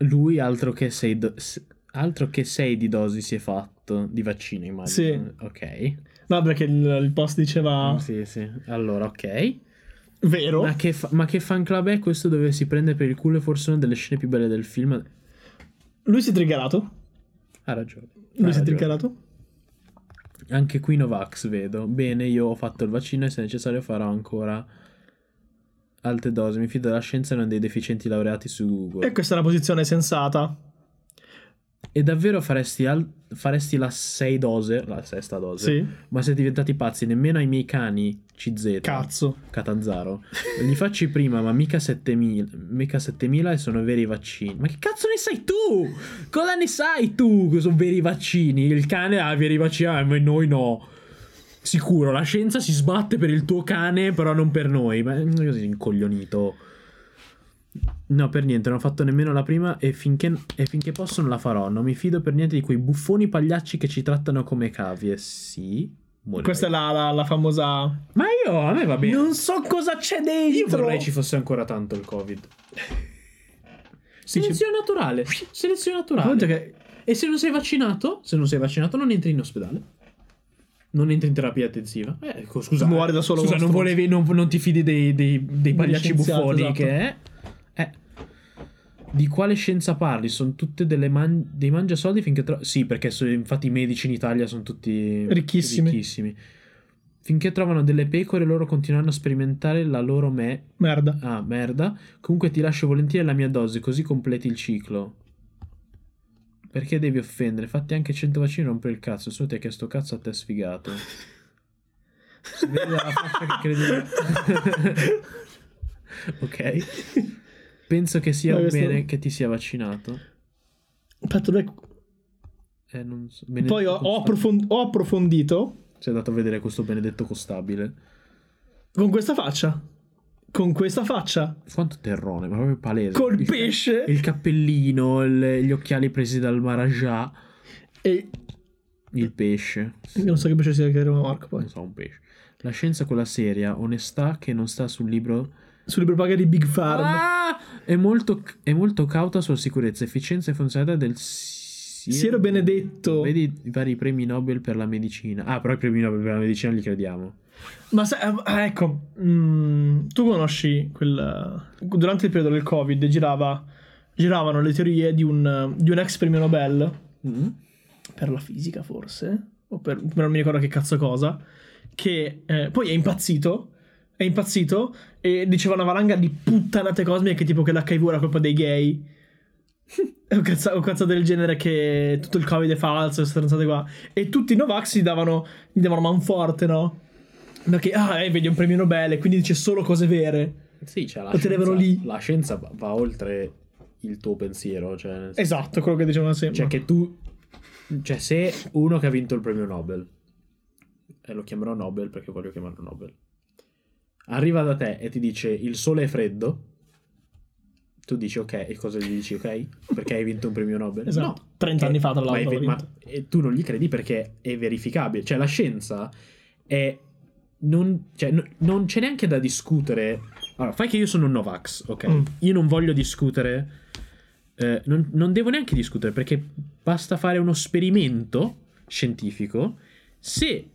Speaker 1: Lui altro che sei do- s- altro che sei di dosi si è fatto di vaccino, immagino. Sì. Ok.
Speaker 2: No, perché il, il post diceva,
Speaker 1: Mm, Sì, Eh. sì. Allora, ok.
Speaker 2: vero?
Speaker 1: Ma che, fa- ma che fan club è questo dove si prende per il culo e forse una delle scene più belle del film? Ha
Speaker 2: Lui si è triggerato.
Speaker 1: ragione.
Speaker 2: Lui
Speaker 1: Ha
Speaker 2: si è
Speaker 1: ragione.
Speaker 2: triggerato.
Speaker 1: Anche qui Novax vedo. Bene, io ho fatto il vaccino e se necessario farò ancora alte dosi. Mi fido della scienza e non dei deficienti laureati su Google.
Speaker 2: E questa è una posizione sensata.
Speaker 1: E davvero faresti, al- faresti la sei dose, la sesta dose?
Speaker 2: Sì.
Speaker 1: Ma siete diventati pazzi, nemmeno ai miei cani CZ.
Speaker 2: Cazzo.
Speaker 1: Catanzaro. Li facci prima, ma mica 7000, mica 7000 e sono veri vaccini. Ma che cazzo ne sai tu? Cosa ne sai tu che sono veri vaccini? Il cane ha i veri vaccini, ah, ma noi no. Sicuro, la scienza si sbatte per il tuo cane, però non per noi. Ma ma così incoglionito. No, per niente, non ho fatto nemmeno la prima e finché, e finché posso non la farò. Non mi fido per niente di quei buffoni pagliacci che ci trattano come cavie. Sì. morirei.
Speaker 2: Questa è la, la- la famosa.
Speaker 1: Ma io, a me va bene.
Speaker 2: Non so cosa c'è
Speaker 1: Io
Speaker 2: dentro.
Speaker 1: vorrei ci fosse ancora tanto il Covid. Selezione naturale. Selezione
Speaker 2: Appunto
Speaker 1: naturale.
Speaker 2: che-
Speaker 1: E se non sei vaccinato, se non sei vaccinato, non entri in ospedale. Non entri in terapia intensiva. Eh, ecco, scusa.
Speaker 2: Muore da solo
Speaker 1: Scusa,
Speaker 2: uno
Speaker 1: non,
Speaker 2: stronzo.
Speaker 1: volevi, non, non ti fidi dei, dei, dei pagliacci
Speaker 2: scienziati,
Speaker 1: buffoni
Speaker 2: esatto.
Speaker 1: che è. Eh. Di quale scienza parli? Sono tutte delle man- dei mangiasoldi finché trovi... Sì, perché so- infatti i medici in Italia sono tutti
Speaker 2: Ricchissimi.
Speaker 1: ricchissimi. Finché trovano delle pecore loro continuano a sperimentare la loro me...
Speaker 2: Merda.
Speaker 1: Ah, merda. Comunque ti lascio volentieri la mia dose, così completi il ciclo. Perché devi offendere? Fatti anche 100 vaccini e rompere il cazzo. Solo ti ha chiesto cazzo a te sfigato. Si vede la faccia che credi. ok. Penso che sia
Speaker 2: No,
Speaker 1: un
Speaker 2: questo-
Speaker 1: bene che ti sia vaccinato.
Speaker 2: Aspetta, dai.
Speaker 1: Eh, non so. Benedetto
Speaker 2: Poi ho, ho
Speaker 1: Costabile.
Speaker 2: approfond- ho approfondito
Speaker 1: Sei andato a vedere questo benedetto costabile.
Speaker 2: con questa faccia. Con questa faccia.
Speaker 1: Quanto terrone, ma proprio palese.
Speaker 2: Col
Speaker 1: Il-
Speaker 2: pesce.
Speaker 1: Il cappellino, il- gli occhiali presi dal Marajà,
Speaker 2: E
Speaker 1: il pesce.
Speaker 2: io non so che pesce sia che era Marco poi.
Speaker 1: Non so, un pesce. La scienza quella seria, onestà che non sta sul libro.
Speaker 2: Sul libro paga di Big Farm.
Speaker 1: Ah! È, molto, è molto cauta sulla sicurezza, efficienza e funzionalità del siero,
Speaker 2: Siero Benedetto.
Speaker 1: Vedi i vari premi Nobel per la medicina. Ah, però i premi Nobel per la medicina li crediamo.
Speaker 2: Ma sai, ah, ecco, mm, tu conosci quel... Durante il periodo del Covid girava, giravano le teorie di un, di un ex premio Nobel per la fisica forse, o per, non mi ricordo che cazzo cosa, che eh, poi è impazzito, è impazzito e diceva una valanga di puttanate cosmiche tipo che l'HIV era colpa dei gay. O cazza- o cazzo del genere che tutto il covid è falso, queste stronzate qua. E tutti i Novax gli davano, gli davano manforte, no? Perché, ah, eh, vedi è un premio Nobel e quindi dice solo cose vere.
Speaker 1: Sì, cioè la
Speaker 2: Lo tenevano lì.
Speaker 1: La scienza va, va oltre il tuo pensiero. Cioè, nel senso-
Speaker 2: Esatto, quello che dicevano sempre.
Speaker 1: cioè che tu. Cioè, se uno che ha vinto il premio Nobel, e lo chiamerò Nobel perché voglio chiamarlo Nobel, arriva da te e ti dice il sole è freddo, tu dici ok, e cosa gli dici ok? Perché hai vinto un premio Nobel?
Speaker 2: Esatto. 30 anni fa, tra l'altro,
Speaker 1: ma è ve-
Speaker 2: l'ha
Speaker 1: Ma,
Speaker 2: vinto.
Speaker 1: e tu non gli credi perché è verificabile. Cioè, la scienza è. Non, cioè, no- non c'è neanche da discutere. Allora, fai che io sono un Novax, ok?
Speaker 2: Mm.
Speaker 1: Io non voglio discutere. eh, non, non devo neanche discutere perché basta fare uno esperimento scientifico. Se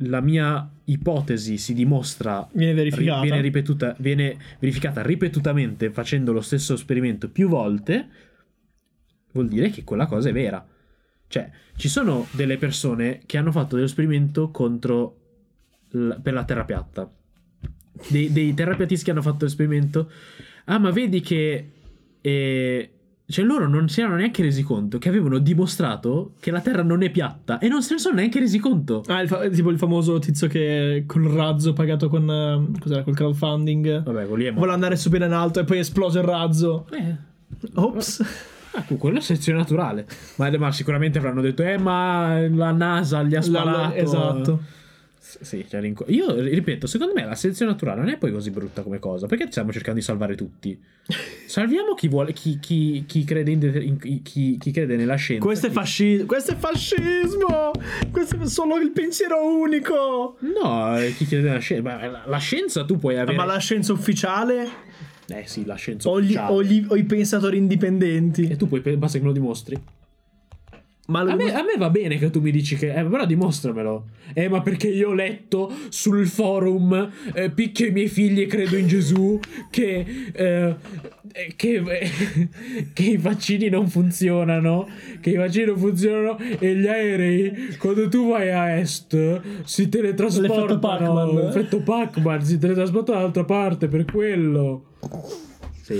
Speaker 1: la mia ipotesi si dimostra
Speaker 2: viene
Speaker 1: ri-
Speaker 2: verificata.
Speaker 1: viene, ripetuta, viene verificata ripetutamente facendo lo stesso esperimento più volte, vuol dire che quella cosa è vera. Cioè, ci sono delle persone che hanno fatto dello esperimento contro l- per la terra piatta. Dei, dei terrapiattisti che hanno fatto l'esperimento. Ah, ma vedi che. eh, cioè, loro non si erano neanche resi conto che avevano dimostrato che la terra non è piatta e non se ne sono neanche resi conto.
Speaker 2: Ah, il fa- tipo il famoso tizio che col razzo pagato con. ehm, Cos'era? Col crowdfunding.
Speaker 1: Vabbè, quelli è morto.
Speaker 2: Vuole andare su bene in alto e poi esplose il razzo.
Speaker 1: Eh.
Speaker 2: Ops.
Speaker 1: Ah, con quello è sezione naturale. Ma, ma sicuramente avranno detto, eh, ma la NASA gli ha
Speaker 2: La-
Speaker 1: sparato.
Speaker 2: la- esatto.
Speaker 1: S- Sì, cioè, rinco- io ripeto, secondo me la selezione naturale non è poi così brutta come cosa, perché stiamo cercando di salvare tutti. Salviamo chi vuole, chi, chi- chi crede, in deter- in- chi- chi crede nella scienza.
Speaker 2: Questo è,
Speaker 1: chi-
Speaker 2: fasci- questo è fascismo! Questo è solo il pensiero unico!
Speaker 1: No, eh, chi crede nella scienza. Ma la, la scienza tu puoi avere.
Speaker 2: Ah, Ma la scienza ufficiale
Speaker 1: Eh sì, la scienza.
Speaker 2: o, gli-
Speaker 1: ufficiale.
Speaker 2: o gli- o i pensatori
Speaker 1: E
Speaker 2: indipendenti?
Speaker 1: tu puoi, basta che me lo dimostri.
Speaker 2: Ma lo
Speaker 1: A me, a me va bene che tu mi dici che. Eh, ma però dimostramelo. Eh, ma perché io ho letto sul forum. eh, picchio i miei figli e credo in Gesù. Che. eh, eh, che, che i vaccini non funzionano. Che i vaccini non funzionano. E gli aerei, quando tu vai a est, si teletrasportano.
Speaker 2: L'effetto Pac-Man, eh?
Speaker 1: L'effetto Pac-Man. Si teletrasportano dall'altra parte per quello. Sì,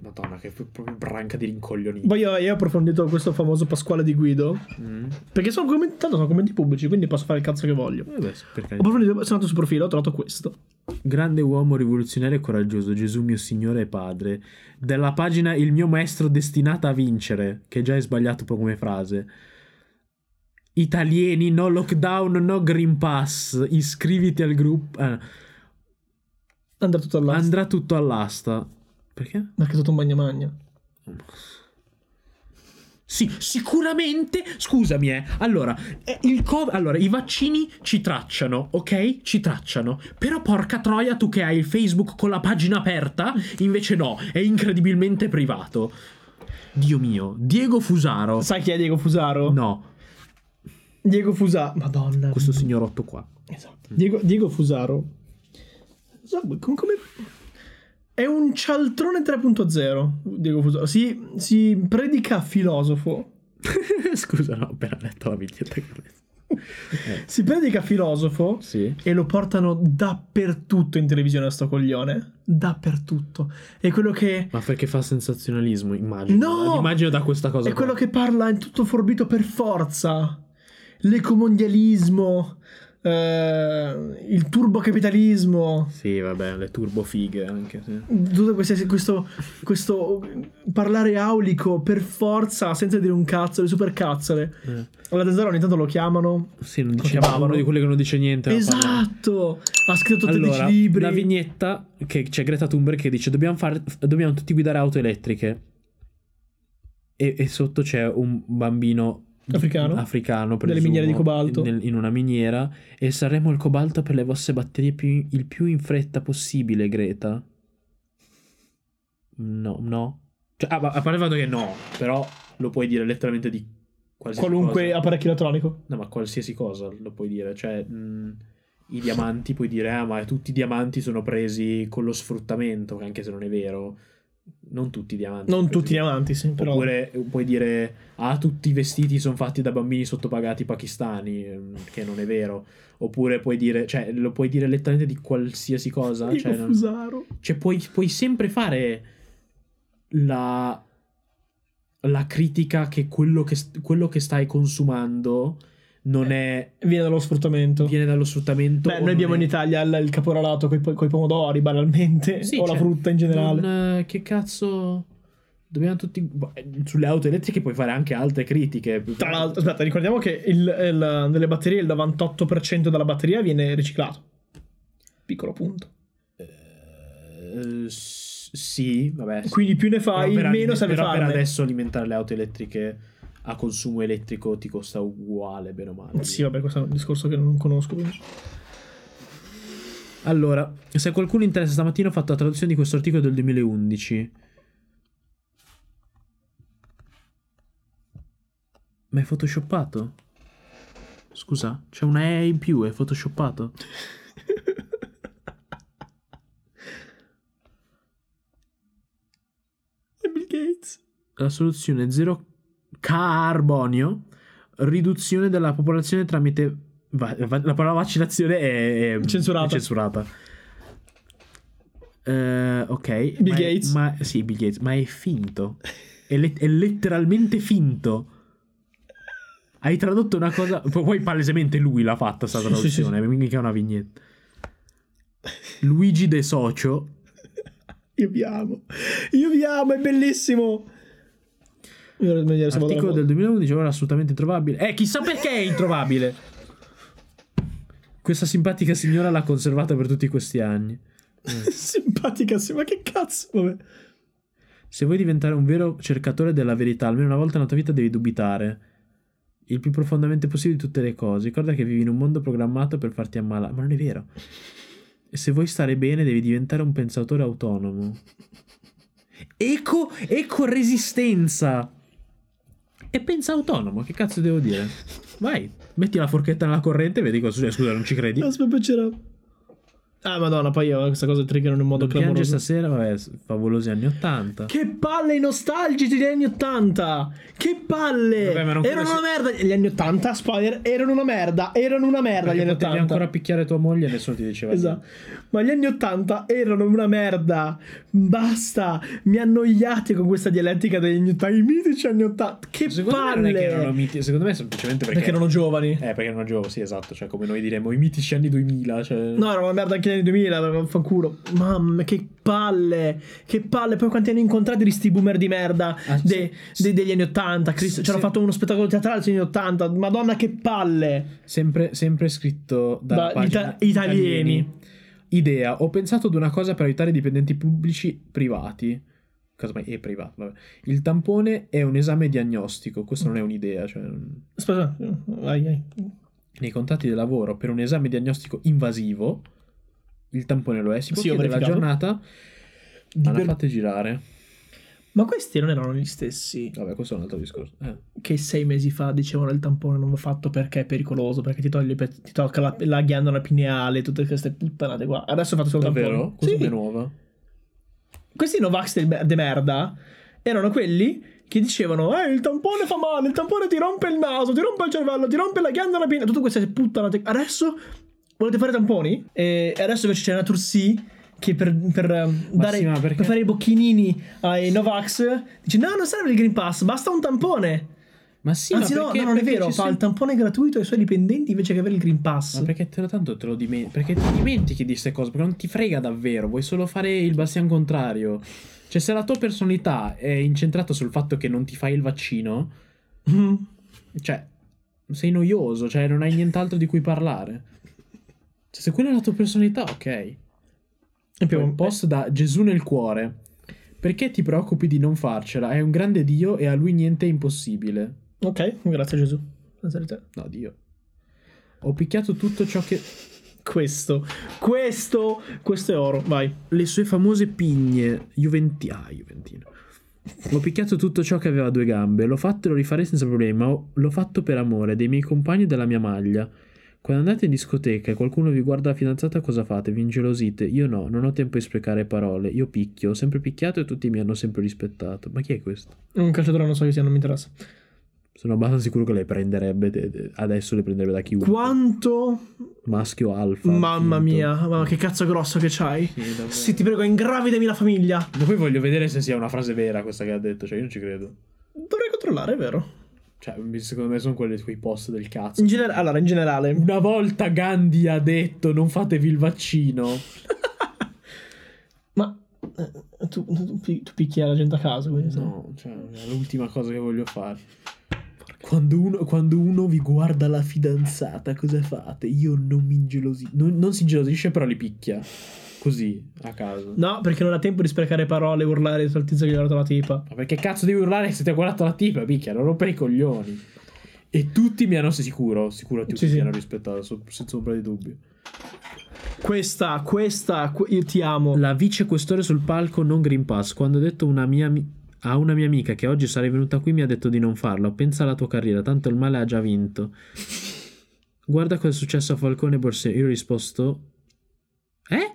Speaker 1: madonna, che proprio branca di rincoglioniti.
Speaker 2: Poi io, io ho approfondito questo famoso Pasquale di Guido.
Speaker 1: Mm.
Speaker 2: Perché sono commenti, tanto sono commenti pubblici, quindi posso fare il cazzo che voglio. Ho approfondito, sono andato su profilo, ho trovato questo.
Speaker 1: Grande uomo rivoluzionario e coraggioso, Gesù mio Signore e Padre. Della pagina Il mio maestro destinata a vincere, che già è sbagliato proprio come frase. Italieni, no lockdown, no green pass. Iscriviti al gruppo. eh,
Speaker 2: Andrà tutto all'asta.
Speaker 1: andrà tutto all'asta. Perché?
Speaker 2: Ma che tutto un magna magna.
Speaker 1: Sì, sicuramente. Scusami, eh. Allora, eh, il co- allora, i vaccini ci tracciano, ok? Ci tracciano. Però porca troia, tu che hai il Facebook con la pagina aperta, invece no, è incredibilmente privato. Dio mio, Diego Fusaro.
Speaker 2: Sai chi è Diego Fusaro?
Speaker 1: No,
Speaker 2: Diego Fusaro. Madonna.
Speaker 1: questo signorotto qua.
Speaker 2: Esatto. Diego, Diego Fusaro. Non so, com- come... È un cialtrone 3.0, Diego Fusaro. Si, si predica filosofo.
Speaker 1: Scusa, no, ho appena letto la vignetta che ho letto.
Speaker 2: Si predica filosofo
Speaker 1: Sì.
Speaker 2: e lo portano dappertutto in televisione a sto coglione. Dappertutto. È quello che...
Speaker 1: Ma perché fa sensazionalismo, immagino.
Speaker 2: No!
Speaker 1: Immagino da questa cosa
Speaker 2: È
Speaker 1: qua.
Speaker 2: quello che parla in tutto forbito per forza. L'ecomondialismo. eh, il turbocapitalismo.
Speaker 1: Sì, vabbè, le turbofighe anche, sì.
Speaker 2: Tutto queste- questo, questo parlare aulico per forza senza dire un cazzo, le supercazzole.
Speaker 1: Eh.
Speaker 2: Alla Tesoro ogni tanto lo chiamano.
Speaker 1: Sì, non
Speaker 2: Lo
Speaker 1: dice
Speaker 2: chiamavano.
Speaker 1: uno di quelli che non dice niente. ma parla.
Speaker 2: Esatto! Ha scritto 13
Speaker 1: Allora,
Speaker 2: libri.
Speaker 1: la vignetta che c'è Greta Thunberg che dice dobbiamo, fare- dobbiamo tutti guidare auto elettriche. E, e sotto c'è un bambino
Speaker 2: Africano?
Speaker 1: africano,
Speaker 2: Delle
Speaker 1: presumo,
Speaker 2: miniere di cobalto.
Speaker 1: nel- in una miniera e saremo il cobalto per le vostre batterie più- il più in fretta possibile, Greta. No, no. Cioè, ah, ma- a parte il fatto che no, però lo puoi dire letteralmente di qualsiasi
Speaker 2: Qualunque
Speaker 1: cosa.
Speaker 2: apparecchio elettronico.
Speaker 1: No, ma qualsiasi cosa lo puoi dire, cioè mh, i diamanti puoi dire, ah, ma tutti i diamanti sono presi con lo sfruttamento, anche se non è vero. Non tutti i diamanti.
Speaker 2: Non
Speaker 1: sono presi-
Speaker 2: tutti i amanti, sì, però.
Speaker 1: Oppure eh, puoi dire, ah, tutti i vestiti sono fatti da bambini sottopagati pakistani, ehm, che non è vero. Oppure puoi dire, cioè, lo puoi dire letteralmente di qualsiasi cosa.
Speaker 2: Diego
Speaker 1: Cioè, non-
Speaker 2: Fusaro.
Speaker 1: cioè, puoi, puoi sempre fare la, la critica che quello, che quello che stai consumando non è
Speaker 2: Viene dallo sfruttamento.
Speaker 1: viene dallo sfruttamento.
Speaker 2: Beh,
Speaker 1: o
Speaker 2: noi
Speaker 1: non
Speaker 2: abbiamo
Speaker 1: è-
Speaker 2: in Italia il, il caporalato coi, coi pomodori, banalmente,
Speaker 1: Sì,
Speaker 2: o
Speaker 1: cioè,
Speaker 2: la frutta in generale.
Speaker 1: non, eh, che cazzo. Dobbiamo tutti. boh, eh, Sulle auto elettriche puoi fare anche altre critiche.
Speaker 2: Tra l'altro, aspetta, ricordiamo che il, il- nelle batterie il 98% della batteria viene riciclato. Piccolo punto.
Speaker 1: Eh, s- sì, vabbè. sì.
Speaker 2: Quindi più ne
Speaker 1: Però
Speaker 2: fai,
Speaker 1: per alime-
Speaker 2: meno serve
Speaker 1: però per
Speaker 2: farne.
Speaker 1: adesso alimentare le auto elettriche a consumo elettrico ti costa uguale, bene o male.
Speaker 2: Sì, vabbè, questo è un discorso che non conosco. quindi.
Speaker 1: Allora, se a qualcuno interessa, stamattina ho fatto la traduzione di questo articolo del 2011. Ma è photoshoppato? Scusa, c'è una E in più, è photoshoppato?
Speaker 2: E Bill Gates.
Speaker 1: La soluzione è zero carbonio, riduzione della popolazione tramite... va- va- la parola vaccinazione è... è-
Speaker 2: Censurata.
Speaker 1: è censurata. Eh, ok.
Speaker 2: Bill
Speaker 1: ma è-
Speaker 2: Gates.
Speaker 1: ma- sì, Bill Gates, ma è finto. È, let- è letteralmente finto. Hai tradotto una cosa... Poi poi palesemente lui l'ha fatta sta
Speaker 2: Sì, sì,
Speaker 1: traduzione, mica una vignetta. Luigi De Socio
Speaker 2: Io vi amo. Io vi amo, è bellissimo. Io ero- mi ero salvato
Speaker 1: Articolo
Speaker 2: la
Speaker 1: del 2011, ora assolutamente introvabile. Eh, chissà perché è introvabile. Questa simpatica signora l'ha conservata per tutti questi anni.
Speaker 2: foto. Simpatica, sì, ma che cazzo? Vabbè.
Speaker 1: Se vuoi diventare un vero cercatore della verità, almeno una volta nella tua vita devi dubitare. Il più profondamente possibile di tutte le cose. Ricorda che vivi in un mondo programmato per farti ammalare. Ma non è vero. E se vuoi stare bene, devi diventare un pensatore autonomo. Eco, eco resistenza. E pensa autonomo, che cazzo devo dire? Vai, metti la forchetta nella corrente e vedi cosa succede. Scusa, non ci credi?
Speaker 2: Aspetta, c'era. Ah, madonna, poi io questa cosa trigger in un modo
Speaker 1: Non piange
Speaker 2: clamoroso.
Speaker 1: stasera, vabbè, favolosi anni 80.
Speaker 2: Che palle i nostalgici degli anni 80! Che palle!
Speaker 1: Vabbè, ma non credo
Speaker 2: erano una merda gli anni 80, spoiler, erano una merda, erano una merda
Speaker 1: Perché
Speaker 2: gli anni
Speaker 1: potevi
Speaker 2: 80.
Speaker 1: ancora picchiare tua moglie e nessuno ti diceva niente.
Speaker 2: Esatto. Ma gli anni 80 erano una merda. Basta, mi annoiate con questa dialettica degli anni 80, i mitici anni 80. Che
Speaker 1: Secondo me
Speaker 2: palle!
Speaker 1: non è che erano miti, secondo me semplicemente perché,
Speaker 2: Perché erano giovani.
Speaker 1: Eh, perché erano giovani, sì, esatto, cioè come noi diremmo i mitici anni 2000, cioè
Speaker 2: No, era una merda anche negli anni 2000, ma fanculo. Mamma, che palle! Che palle! Poi quanti hanno incontrato di sti boomer di merda
Speaker 1: Ah,
Speaker 2: de-
Speaker 1: sì.
Speaker 2: de- degli anni 80. Cristo,
Speaker 1: Sì.
Speaker 2: c'era fatto uno spettacolo teatrale sugli anni 80. Madonna, che palle!
Speaker 1: sempre, sempre scritto
Speaker 2: Da
Speaker 1: da
Speaker 2: ita- italieni.
Speaker 1: Idea, ho pensato ad una cosa per aiutare i dipendenti pubblici privati. Casomai è privato, vabbè. Il tampone è un esame diagnostico, questo non è un'idea, cioè
Speaker 2: Aspetta, vai, vai.
Speaker 1: nei contratti di lavoro per un esame diagnostico invasivo il tampone lo è, si può
Speaker 2: Sì, ho
Speaker 1: chiedere la
Speaker 2: verificato.
Speaker 1: giornata. Ma la
Speaker 2: per-
Speaker 1: fate girare.
Speaker 2: Ma questi non erano gli stessi
Speaker 1: Vabbè, questo è un altro discorso. Eh.
Speaker 2: che sei mesi fa dicevano il tampone non va fatto perché è pericoloso, perché ti, toglie, pe- ti tocca la, la ghiandola pineale, tutte queste puttanate qua. Adesso ho fatto solo il tampone.
Speaker 1: Davvero? Cosa
Speaker 2: Sì.
Speaker 1: è nuova?
Speaker 2: questi Novax de, de merda erano quelli che dicevano: Eh, il tampone fa male, il tampone ti rompe il naso, ti rompe il cervello, ti rompe la ghiandola pina. Tutte queste puttanate. Adesso volete fare tamponi? E adesso invece c'è una Tursi. Che per, per, eh, dare-
Speaker 1: sì, ma perché-
Speaker 2: per fare i bocchinini ai Novax dice: No, non serve il Green Pass, basta un tampone.
Speaker 1: Ma sì,
Speaker 2: Anzi,
Speaker 1: ma
Speaker 2: no,
Speaker 1: perché,
Speaker 2: no, non è
Speaker 1: perché
Speaker 2: vero.
Speaker 1: ci
Speaker 2: Fa
Speaker 1: sono-
Speaker 2: il tampone gratuito ai suoi dipendenti invece che avere il Green Pass.
Speaker 1: Ma perché te lo tanto te lo dimentichi? Perché ti dimentichi di queste cose? Perché non ti frega davvero, vuoi solo fare il bastian contrario. Cioè, se la tua personalità è incentrata sul fatto che non ti fai il vaccino,
Speaker 2: Mm-hmm.
Speaker 1: cioè, sei noioso, cioè, non hai nient'altro di cui parlare. Cioè, se quella è la tua personalità, ok. Poi, un post da Gesù nel cuore. Perché ti preoccupi di non farcela? È un grande Dio e a lui niente è impossibile.
Speaker 2: Ok, grazie Gesù. Grazie a te.
Speaker 1: No, Dio. Ho picchiato tutto ciò che...
Speaker 2: Questo, questo, questo è oro. Vai.
Speaker 1: le sue famose pigne Juventi- ah, Juventino. Ho picchiato tutto ciò che aveva due gambe, l'ho fatto e lo rifarei senza problema, ho- l'ho fatto per amore dei miei compagni e della mia maglia. Quando andate in discoteca e qualcuno vi guarda la fidanzata cosa fate? Vi ingelosite? Io no, non ho tempo di sprecare parole, io picchio, ho sempre picchiato e tutti mi hanno sempre rispettato. Ma chi è questo?
Speaker 2: Un calciatore non so chi sia, non mi interessa.
Speaker 1: Sono abbastanza sicuro che lei prenderebbe, de- de- adesso le prenderebbe da chiunque.
Speaker 2: Quanto?
Speaker 1: Maschio alfa.
Speaker 2: Mamma
Speaker 1: finto.
Speaker 2: mia, ma che cazzo grosso che c'hai.
Speaker 1: Sì, davvero.
Speaker 2: Sì, ti prego, ingravidami la famiglia.
Speaker 1: Ma poi voglio vedere se sia una frase vera questa che ha detto, cioè io non ci credo.
Speaker 2: Dovrei controllare, è vero.
Speaker 1: Cioè, mi- secondo me sono quelli, quei post del cazzo.
Speaker 2: In genera- allora, in generale,
Speaker 1: Una volta Gandhi ha detto non fatevi il vaccino.
Speaker 2: ma eh, tu, tu, pi- tu picchi la gente a caso, quindi sai.
Speaker 1: No, cioè, è l'ultima cosa che voglio fare. Quando uno, quando uno vi guarda la fidanzata, cosa fate? Io non mi ingelosisco. Non, non si ingelosisce, però li picchia. Così, a caso.
Speaker 2: No, perché non ha tempo di sprecare parole e urlare dietro al tizio che gli ha dato la tipa.
Speaker 1: Ma perché cazzo devi urlare se ti ha guardato la tipa? Picchia, non rompere i coglioni. E tutti mi hanno sicuro, sicuro tutti
Speaker 2: Sì, sì.
Speaker 1: mi hanno rispettato, so- senza ombra di dubbio.
Speaker 2: Questa, questa, que- io ti amo.
Speaker 1: La vicequestore sul palco non Green Pass. Quando ho detto una mia ami- a una mia amica che oggi sarei venuta qui mi ha detto di non farlo. Pensa alla tua carriera, tanto il male ha già vinto. Guarda cosa è successo a Falcone e Borsellino. Io ho risposto... Eh?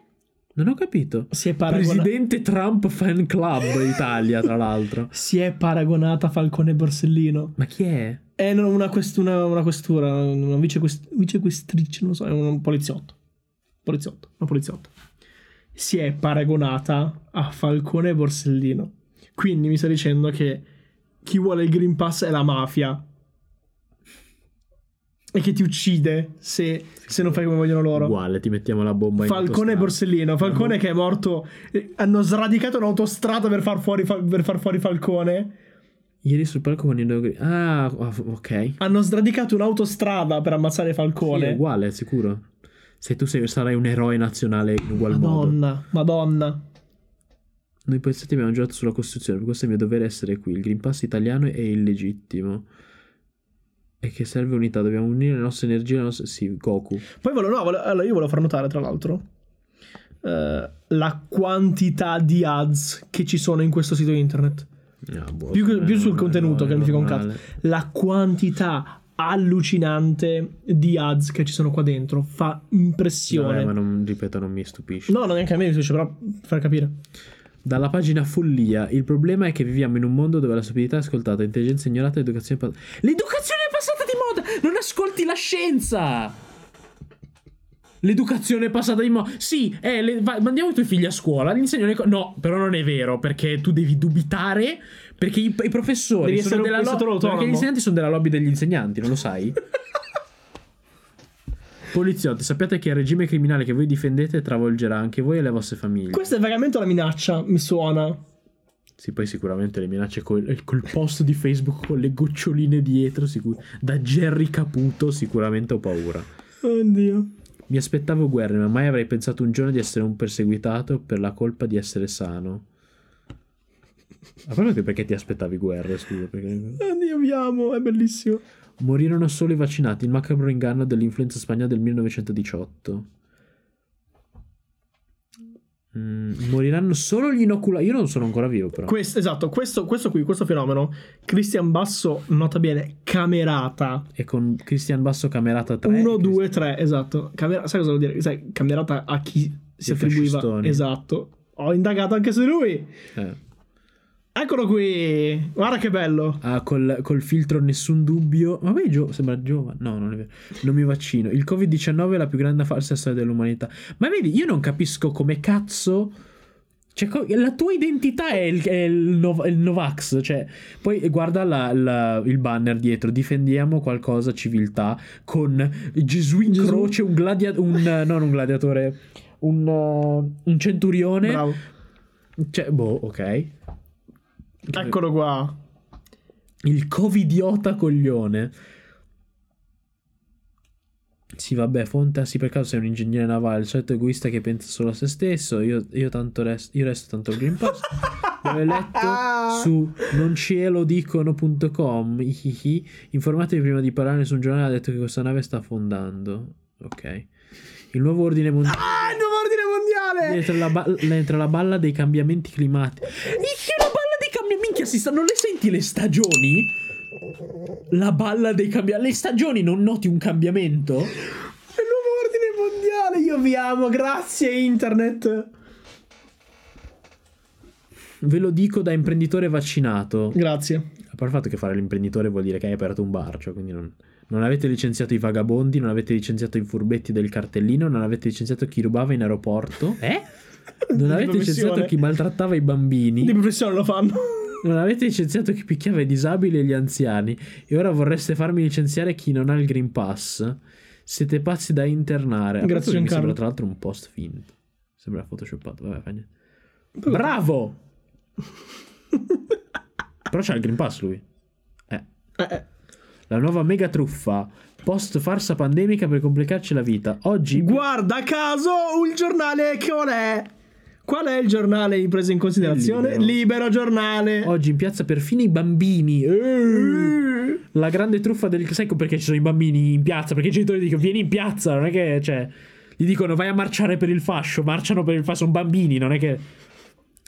Speaker 1: Non ho capito.
Speaker 2: Si è, paragona-
Speaker 1: Presidente Trump Fan Club Italia, tra l'altro.
Speaker 2: si è paragonata Falcone e Borsellino.
Speaker 1: Ma chi è?
Speaker 2: È Eh, no, una, quest- una, una questura, una vicequest- vicequestrice, non lo so, è un, un poliziotto. Poliziotto, una poliziotta. Si è paragonata a Falcone e Borsellino. Quindi mi sta dicendo che chi vuole il Green Pass è la mafia. E che ti uccide se, se non fai come vogliono loro.
Speaker 1: Uguale, ti mettiamo la bomba in
Speaker 2: Falcone e
Speaker 1: autostrada.
Speaker 2: Borsellino. Falcone che è morto. eh, Hanno sradicato un'autostrada per far fuori, Fal- per far fuori Falcone.
Speaker 1: Ieri sul palco con il... Ah, ok.
Speaker 2: Hanno sradicato un'autostrada per ammazzare Falcone.
Speaker 1: Sì, è uguale, sicuro. Se tu sei- sarai un eroe nazionale in ugual modo.
Speaker 2: Madonna, Madonna.
Speaker 1: Noi pensati abbiamo giocato sulla Costituzione, per questo è il mio dovere essere qui. Il Green Pass italiano è illegittimo. E che serve unità, dobbiamo unire le nostre energie, le nostre... Sì, Goku.
Speaker 2: Poi volevo, no, volevo- allora io volevo far notare, tra l'altro, eh, la quantità di ads che ci sono in questo sito internet.
Speaker 1: Ah, boh,
Speaker 2: Più,
Speaker 1: secondo
Speaker 2: più
Speaker 1: me
Speaker 2: sul
Speaker 1: non-
Speaker 2: contenuto,
Speaker 1: no,
Speaker 2: che
Speaker 1: è
Speaker 2: non fica un
Speaker 1: normale.
Speaker 2: cazzo. La quantità allucinante di ads che ci sono qua dentro fa impressione.
Speaker 1: Vabbè, ma non, ripeto, non mi stupisce.
Speaker 2: No, no, neanche a me mi piace, però far capire.
Speaker 1: Dalla pagina Follia, il problema è che viviamo in un mondo dove la stupidità è ascoltata, l'intelligenza è ignorata e l'educazione è passata. L'educazione è passata di moda! Non ascolti la scienza! L'educazione è passata di moda. Sì, eh, le- vai- mandiamo i tuoi figli a scuola, gli insegno le cose. No, però non è vero, perché tu devi dubitare, perché i, i professori
Speaker 2: Devi
Speaker 1: sono
Speaker 2: essere un
Speaker 1: della lo-
Speaker 2: pensatore autonomo.
Speaker 1: Perché gli insegnanti sono della lobby degli insegnanti, non lo sai? Poliziotti, sappiate che il regime criminale che voi difendete travolgerà anche voi e le vostre famiglie.
Speaker 2: Questa è vagamente la minaccia, mi suona.
Speaker 1: Sì, poi sicuramente le minacce col, eh, col post di Facebook con le goccioline dietro, sicur- da Jerry Caputo, sicuramente ho paura.
Speaker 2: Oddio.
Speaker 1: Mi aspettavo guerre, ma mai avrei pensato un giorno di essere un perseguitato per la colpa di essere sano. Ma proprio che perché ti aspettavi guerre, scusa? Perché...
Speaker 2: Oddio, vi amo, è bellissimo.
Speaker 1: Morirono solo i vaccinati, il macabro inganno dell'influenza spagnola del 1918. Mm, moriranno solo gli inoculati. Io non sono ancora vivo, però.
Speaker 2: Questo, esatto, questo, questo qui, questo fenomeno, Christian Basso, nota bene, camerata.
Speaker 1: e con Cristian Basso Camerata 3.
Speaker 2: 1, 2, 3, esatto. Camera- sai cosa vuol dire? Sai, camerata a chi si
Speaker 1: Dei
Speaker 2: attribuiva.
Speaker 1: fascistoni.
Speaker 2: Esatto. ho indagato anche su lui.
Speaker 1: Eh.
Speaker 2: Eccolo qui. Guarda che bello.
Speaker 1: Ah, col, col filtro nessun dubbio. Vabbè, gio- sembra giovane. No, non è vero. Non mi vaccino. Il Covid-19 è la più grande farsa storia dell'umanità. Ma vedi, io non capisco come cazzo. Cioè, co- la tua identità è il, è il no- è il Novax. Cioè, poi guarda la- la- il banner dietro. Difendiamo qualcosa, civiltà. Con Gesù in
Speaker 2: Gesù.
Speaker 1: croce, un gladiatore. Un, eh, non un gladiatore. Un, eh, un centurione.
Speaker 2: Bravo.
Speaker 1: Cioè, boh, ok.
Speaker 2: Eccolo qua.
Speaker 1: Il covidiota coglione. Sì, vabbè, Fonta, sì, per caso sei un ingegnere navale, il solito egoista che pensa solo a se stesso. Io, io tanto res- io resto tanto al Green Pass. L'ho letto su noncelodicono.com. ihihi. Informatevi prima di parlare, nessun giornale ha detto che questa nave sta affondando. Ok. Il nuovo ordine mondiale...
Speaker 2: Ah, il nuovo ordine mondiale.
Speaker 1: Dentro la, ba- dentro la balla dei cambiamenti climatici. Minchia, la balla dei cambiamenti. Minchia, si sta- non le senti le stagioni? La balla dei cambiamenti. Le stagioni non noti un cambiamento?
Speaker 2: Il nuovo ordine mondiale. Io vi amo. Grazie, internet.
Speaker 1: Ve lo dico da imprenditore vaccinato.
Speaker 2: Grazie.
Speaker 1: A parte il fatto che fare l'imprenditore vuol dire che hai aperto un bar, cioè quindi non, non avete licenziato i vagabondi, non avete licenziato i furbetti del cartellino, non avete licenziato chi rubava in aeroporto. Eh? Non
Speaker 2: Di
Speaker 1: avete licenziato
Speaker 2: professione.
Speaker 1: chi maltrattava i bambini.
Speaker 2: Di professione lo fanno.
Speaker 1: Non avete licenziato chi picchiava i disabili e gli anziani e ora vorreste farmi licenziare chi non ha il Green Pass? Siete pazzi da internare. A
Speaker 2: Grazie,
Speaker 1: parte che mi
Speaker 2: Giancarlo.
Speaker 1: sembra tra l'altro un post finto. Sembra photoshoppato, vabbè, fa niente. Bravo! Però c'ha il Green Pass lui. Eh.
Speaker 2: Eh, eh.
Speaker 1: La nuova mega truffa. Post farsa pandemica per complicarci la vita. Oggi
Speaker 2: Guarda caso il giornale che qual è? Qual è il giornale preso in considerazione?
Speaker 1: Libero.
Speaker 2: Libero, giornale.
Speaker 1: Oggi in piazza perfino i bambini. Eh.
Speaker 2: Mm.
Speaker 1: La grande truffa del. Sai perché ci sono i bambini in piazza? Perché i genitori dicono: Vieni in piazza. Non è che. Cioè. Gli dicono: Vai a marciare per il fascio. Marciano per il fascio. Sono bambini. Non è che.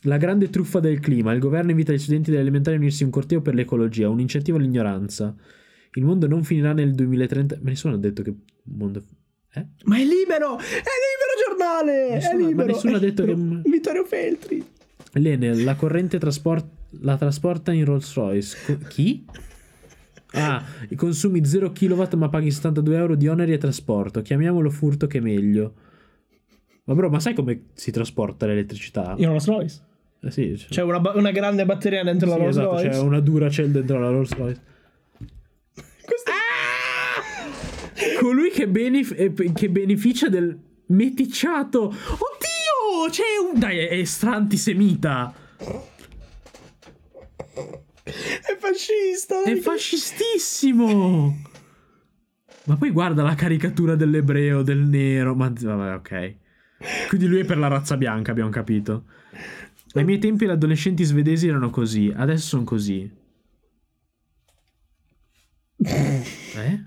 Speaker 1: La grande truffa del clima. Il governo invita gli studenti delle elementari a unirsi in un corteo per l'ecologia. Un incentivo all'ignoranza. Il mondo non finirà nel 2030. Ma nessuno ha detto che. il Mondo... Eh?
Speaker 2: Ma è libero! È libero giornale!
Speaker 1: Nessuno-
Speaker 2: è
Speaker 1: ma
Speaker 2: libero!
Speaker 1: nessuno
Speaker 2: è
Speaker 1: ha detto
Speaker 2: libero.
Speaker 1: che-
Speaker 2: Vittorio Feltri.
Speaker 1: L'Enel, la corrente traspor- la trasporta in Rolls Royce. Co- chi? Ah, i consumi 0 kW ma paghi 72 euro di oneri e trasporto. Chiamiamolo furto che è meglio. Ma bro, ma sai come si trasporta l'elettricità?
Speaker 2: In Rolls Royce.
Speaker 1: Eh sì, cioè-
Speaker 2: C'è una, ba- una grande batteria dentro la
Speaker 1: sì,
Speaker 2: Rolls
Speaker 1: esatto,
Speaker 2: Royce.
Speaker 1: c'è una dura cell dentro la Rolls Royce.
Speaker 2: Questo-
Speaker 1: Ah! Colui che, benef- eh, che beneficia del meticciato. Oddio! C'è un. Dai, è, è stra antisemita.
Speaker 2: È fascista!
Speaker 1: È fascistissimo. Ma poi guarda la caricatura dell'ebreo, del nero. Ma vabbè, ok. Quindi lui è per la razza bianca, abbiamo capito. Ai miei tempi gli adolescenti svedesi erano così, adesso sono così. Eh?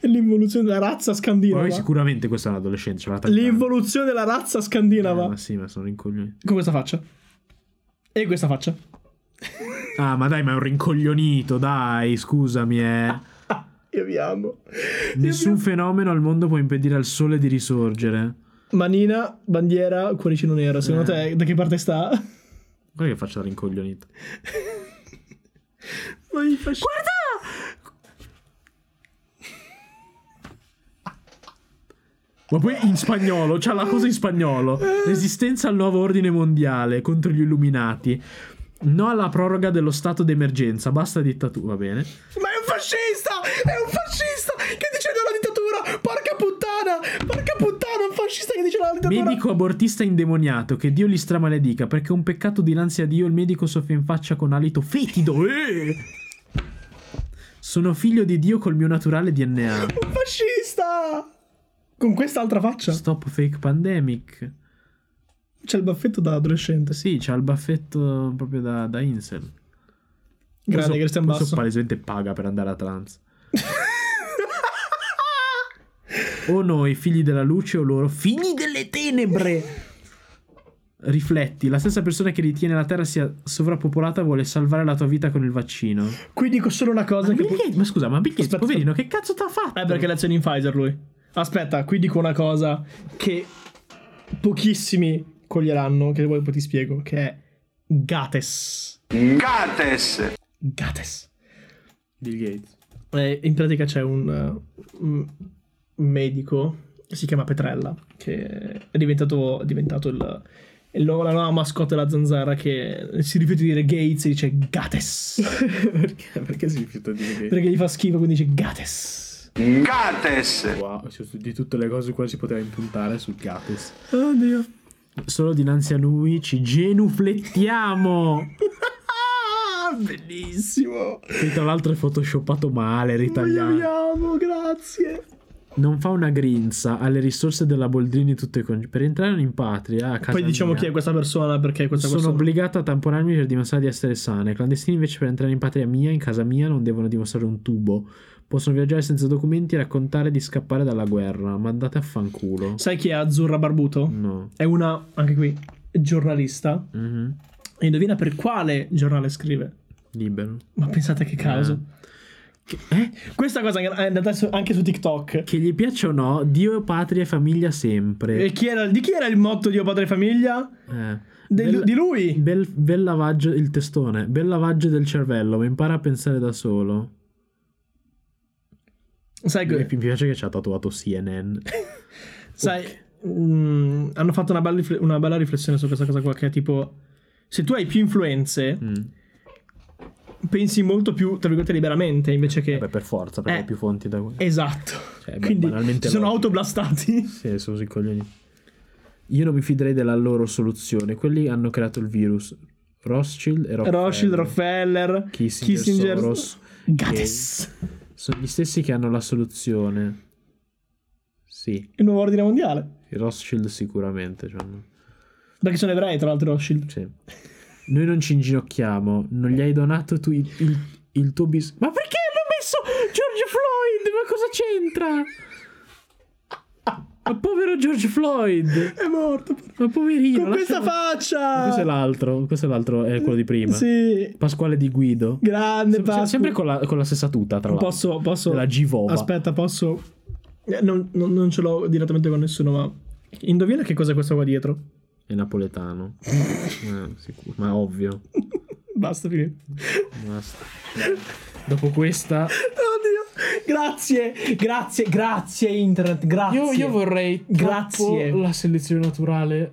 Speaker 2: È l'involuzione della razza
Speaker 1: Poi
Speaker 2: scandinava.
Speaker 1: sicuramente questo è un adolescente. Cioè
Speaker 2: L'involuzione della razza scandinava.
Speaker 1: Eh, Ma sì, ma sono rincoglioni.
Speaker 2: Con questa faccia. E questa faccia.
Speaker 1: Ah, ma dai, ma è un rincoglionito, dai, scusami, eh.
Speaker 2: Io vi amo.
Speaker 1: Nessun fenomeno al mondo può impedire al sole di risorgere.
Speaker 2: Manina, bandiera, cuoricino nero. Secondo
Speaker 1: Eh.
Speaker 2: te da che parte sta?
Speaker 1: Guarda che faccia da rincoglionito.
Speaker 2: Ma mi fa Guarda!
Speaker 1: Ma poi in spagnolo, c'ha la cosa in spagnolo. Resistenza al nuovo ordine mondiale contro gli illuminati. No alla proroga dello stato d'emergenza, basta dittatura, va bene.
Speaker 2: Ma è un fascista! È un fascista che dice no alla dittatura! Porca puttana! Porca puttana, un fascista che dice no alla dittatura!
Speaker 1: Medico abortista indemoniato, che Dio li stramaledica, perché è un peccato dinanzi a Dio il medico soffia in faccia con alito fetido. eh! Sono figlio di Dio col mio naturale DNA.
Speaker 2: Un fascista! Con quest'altra faccia.
Speaker 1: Stop fake pandemic.
Speaker 2: C'è il baffetto da adolescente.
Speaker 1: Sì, c'ha il baffetto proprio da, da Insel.
Speaker 2: Grande
Speaker 1: Questo-
Speaker 2: Christian
Speaker 1: questo
Speaker 2: Basso.
Speaker 1: palesemente paga per andare a trans. o noi, figli della luce, o loro, figli delle tenebre. Rifletti, la stessa persona che ritiene la Terra sia sovrappopolata vuole salvare la tua vita con il vaccino.
Speaker 2: Qui dico solo una cosa
Speaker 1: Ma,
Speaker 2: che...
Speaker 1: Bill Gates- ma scusa, ma Bill Gates,
Speaker 2: Aspetta,
Speaker 1: poverino, che cazzo t'ha fatto?
Speaker 2: Eh, perché le azioni in Pfizer lui. Aspetta, qui dico una cosa che pochissimi coglieranno, che poi poi ti spiego, che è Gates.
Speaker 4: Gates!
Speaker 2: Gates.
Speaker 1: Bill Gates.
Speaker 2: Eh, in pratica c'è un, eh, un medico, si chiama Petrella, che è diventato, è diventato il, il nuovo- la nuova mascotte della zanzara che si rifiuta di dire Gates e dice Gates.
Speaker 1: perché, perché si rifiuta di dire
Speaker 2: perché gli fa schifo, quindi dice Gates.
Speaker 4: Gates!
Speaker 1: Wow, cioè, su- di tutte le cose qua si poteva impuntare sul Gates.
Speaker 2: Oddio.
Speaker 1: Solo dinanzi a lui ci genuflettiamo.
Speaker 2: Ah, bellissimo.
Speaker 1: Che tra l'altro è photoshoppato male,
Speaker 2: Vi
Speaker 1: ritagliato.
Speaker 2: amo, grazie.
Speaker 1: Non fa una grinza alle risorse della Boldrini tutte con... Per entrare in patria, a casa
Speaker 2: Poi diciamo
Speaker 1: mia,
Speaker 2: chi è questa persona perché questa
Speaker 1: Sono
Speaker 2: persona...
Speaker 1: obbligata a tamponarmi per dimostrare di essere sana. I clandestini invece per entrare in patria mia, in casa mia, non devono dimostrare un tubo. Possono viaggiare senza documenti e raccontare di scappare dalla guerra. Ma andate a fanculo.
Speaker 2: Sai chi è Azzurra Barbuto?
Speaker 1: No.
Speaker 2: È una, anche qui, giornalista.
Speaker 1: Mhm.
Speaker 2: E indovina per quale giornale scrive.
Speaker 1: Libero.
Speaker 2: Ma pensate che caso.
Speaker 1: Che, eh?
Speaker 2: Questa cosa è andata su- anche su TikTok.
Speaker 1: Che gli piaccia o no, Dio, patria e famiglia sempre.
Speaker 2: E chi era, di chi era il motto di Io Padre e Famiglia?
Speaker 1: Eh.
Speaker 2: Del-
Speaker 1: Bel-
Speaker 2: di lui.
Speaker 1: Bel, bel lavaggio, il testone, bel lavaggio del cervello, ma impara a pensare da solo.
Speaker 2: Sai,
Speaker 1: Mi
Speaker 2: che-
Speaker 1: mi piace che ci ha tatuato CNN.
Speaker 2: sai mm, hanno fatto una bella, rifle- una bella riflessione su questa cosa qua che è tipo... Se tu hai più influenze,
Speaker 1: Mm.
Speaker 2: pensi molto più, tra virgolette, liberamente invece che...
Speaker 1: Beh, per forza, perché
Speaker 2: Eh.
Speaker 1: hai più fonti da quello.
Speaker 2: Esatto.
Speaker 1: Cioè, ba-
Speaker 2: Quindi
Speaker 1: banalmente
Speaker 2: si sono
Speaker 1: logico.
Speaker 2: autoblastati.
Speaker 1: Sì, sono sui coglioni. Io non mi fiderei della loro soluzione. Quelli hanno creato il virus. Rothschild e Rockefeller.
Speaker 2: Rothschild, Rockefeller,
Speaker 1: Kissinger,
Speaker 2: Kissinger,
Speaker 1: Soros,
Speaker 2: Gates.
Speaker 1: Sono gli stessi che hanno la soluzione. Sì,
Speaker 2: Il nuovo ordine mondiale.
Speaker 1: i Rothschild sicuramente. cioè, no.
Speaker 2: Perché sono ebrei, tra l'altro, Rothschild.
Speaker 1: Sì. Noi non ci inginocchiamo. Non gli hai donato tu il, il- il tuo bis. Ma perché hanno messo George Floyd? Ma cosa c'entra? Ma povero George Floyd.
Speaker 2: È morto.
Speaker 1: Ma poverino.
Speaker 2: Con questa
Speaker 1: lasciamo-
Speaker 2: faccia.
Speaker 1: Questo è l'altro. Questo è l'altro. È quello di prima.
Speaker 2: Sì.
Speaker 1: Pasquale di Guido.
Speaker 2: Grande
Speaker 1: Se-
Speaker 2: Pasqua.
Speaker 1: sempre con la, con la stessa tuta, tra l'altro.
Speaker 2: Posso, posso...
Speaker 1: La Givova.
Speaker 2: Aspetta, posso... Eh, Non, non- non ce l'ho direttamente con nessuno, ma... Indovina che cosa è questo qua dietro.
Speaker 1: È napoletano. Eh, sicuro, ma ovvio.
Speaker 2: Basta, finito.
Speaker 1: Basta. Dopo questa,
Speaker 2: Oddio. Grazie, grazie, grazie internet, grazie.
Speaker 1: io, io vorrei
Speaker 2: Grazie.
Speaker 1: troppo la selezione naturale.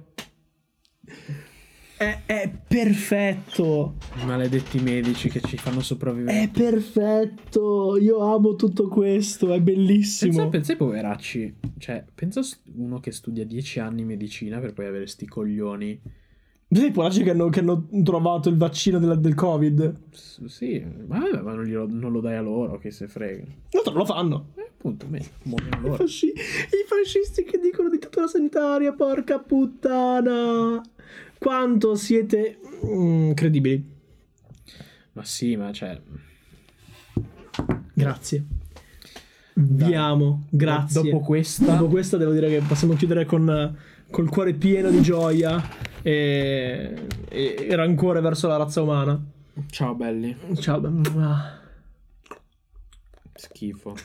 Speaker 2: È, è perfetto.
Speaker 1: I maledetti medici che ci fanno sopravvivere.
Speaker 2: È perfetto. Io amo tutto questo. È
Speaker 1: Pensa,
Speaker 2: bellissimo.
Speaker 1: pensa ai poveracci. Cioè, pensa a s- uno che studia 10 anni medicina per poi avere sti coglioni.
Speaker 2: Vedi i poracci che hanno, che hanno trovato il vaccino della- del covid?
Speaker 1: S- sì, ma, vabbè, ma non, glielo- non lo dai a loro, che se frega.
Speaker 2: No, non lo fanno.
Speaker 1: Eh, appunto, me- muoiono
Speaker 2: I,
Speaker 1: loro.
Speaker 2: fasci- I fascisti che dicono dittatura sanitaria, porca puttana. Quanto siete mm, credibili.
Speaker 1: Ma sì, ma cioè...
Speaker 2: Grazie. Vi amo. Grazie.
Speaker 1: Dopo questa...
Speaker 2: Dopo questa devo dire che possiamo chiudere con, eh, col cuore pieno di gioia e, e, e rancore verso la razza umana.
Speaker 1: Ciao belli.
Speaker 2: Ciao. beh, mua.
Speaker 1: Schifo.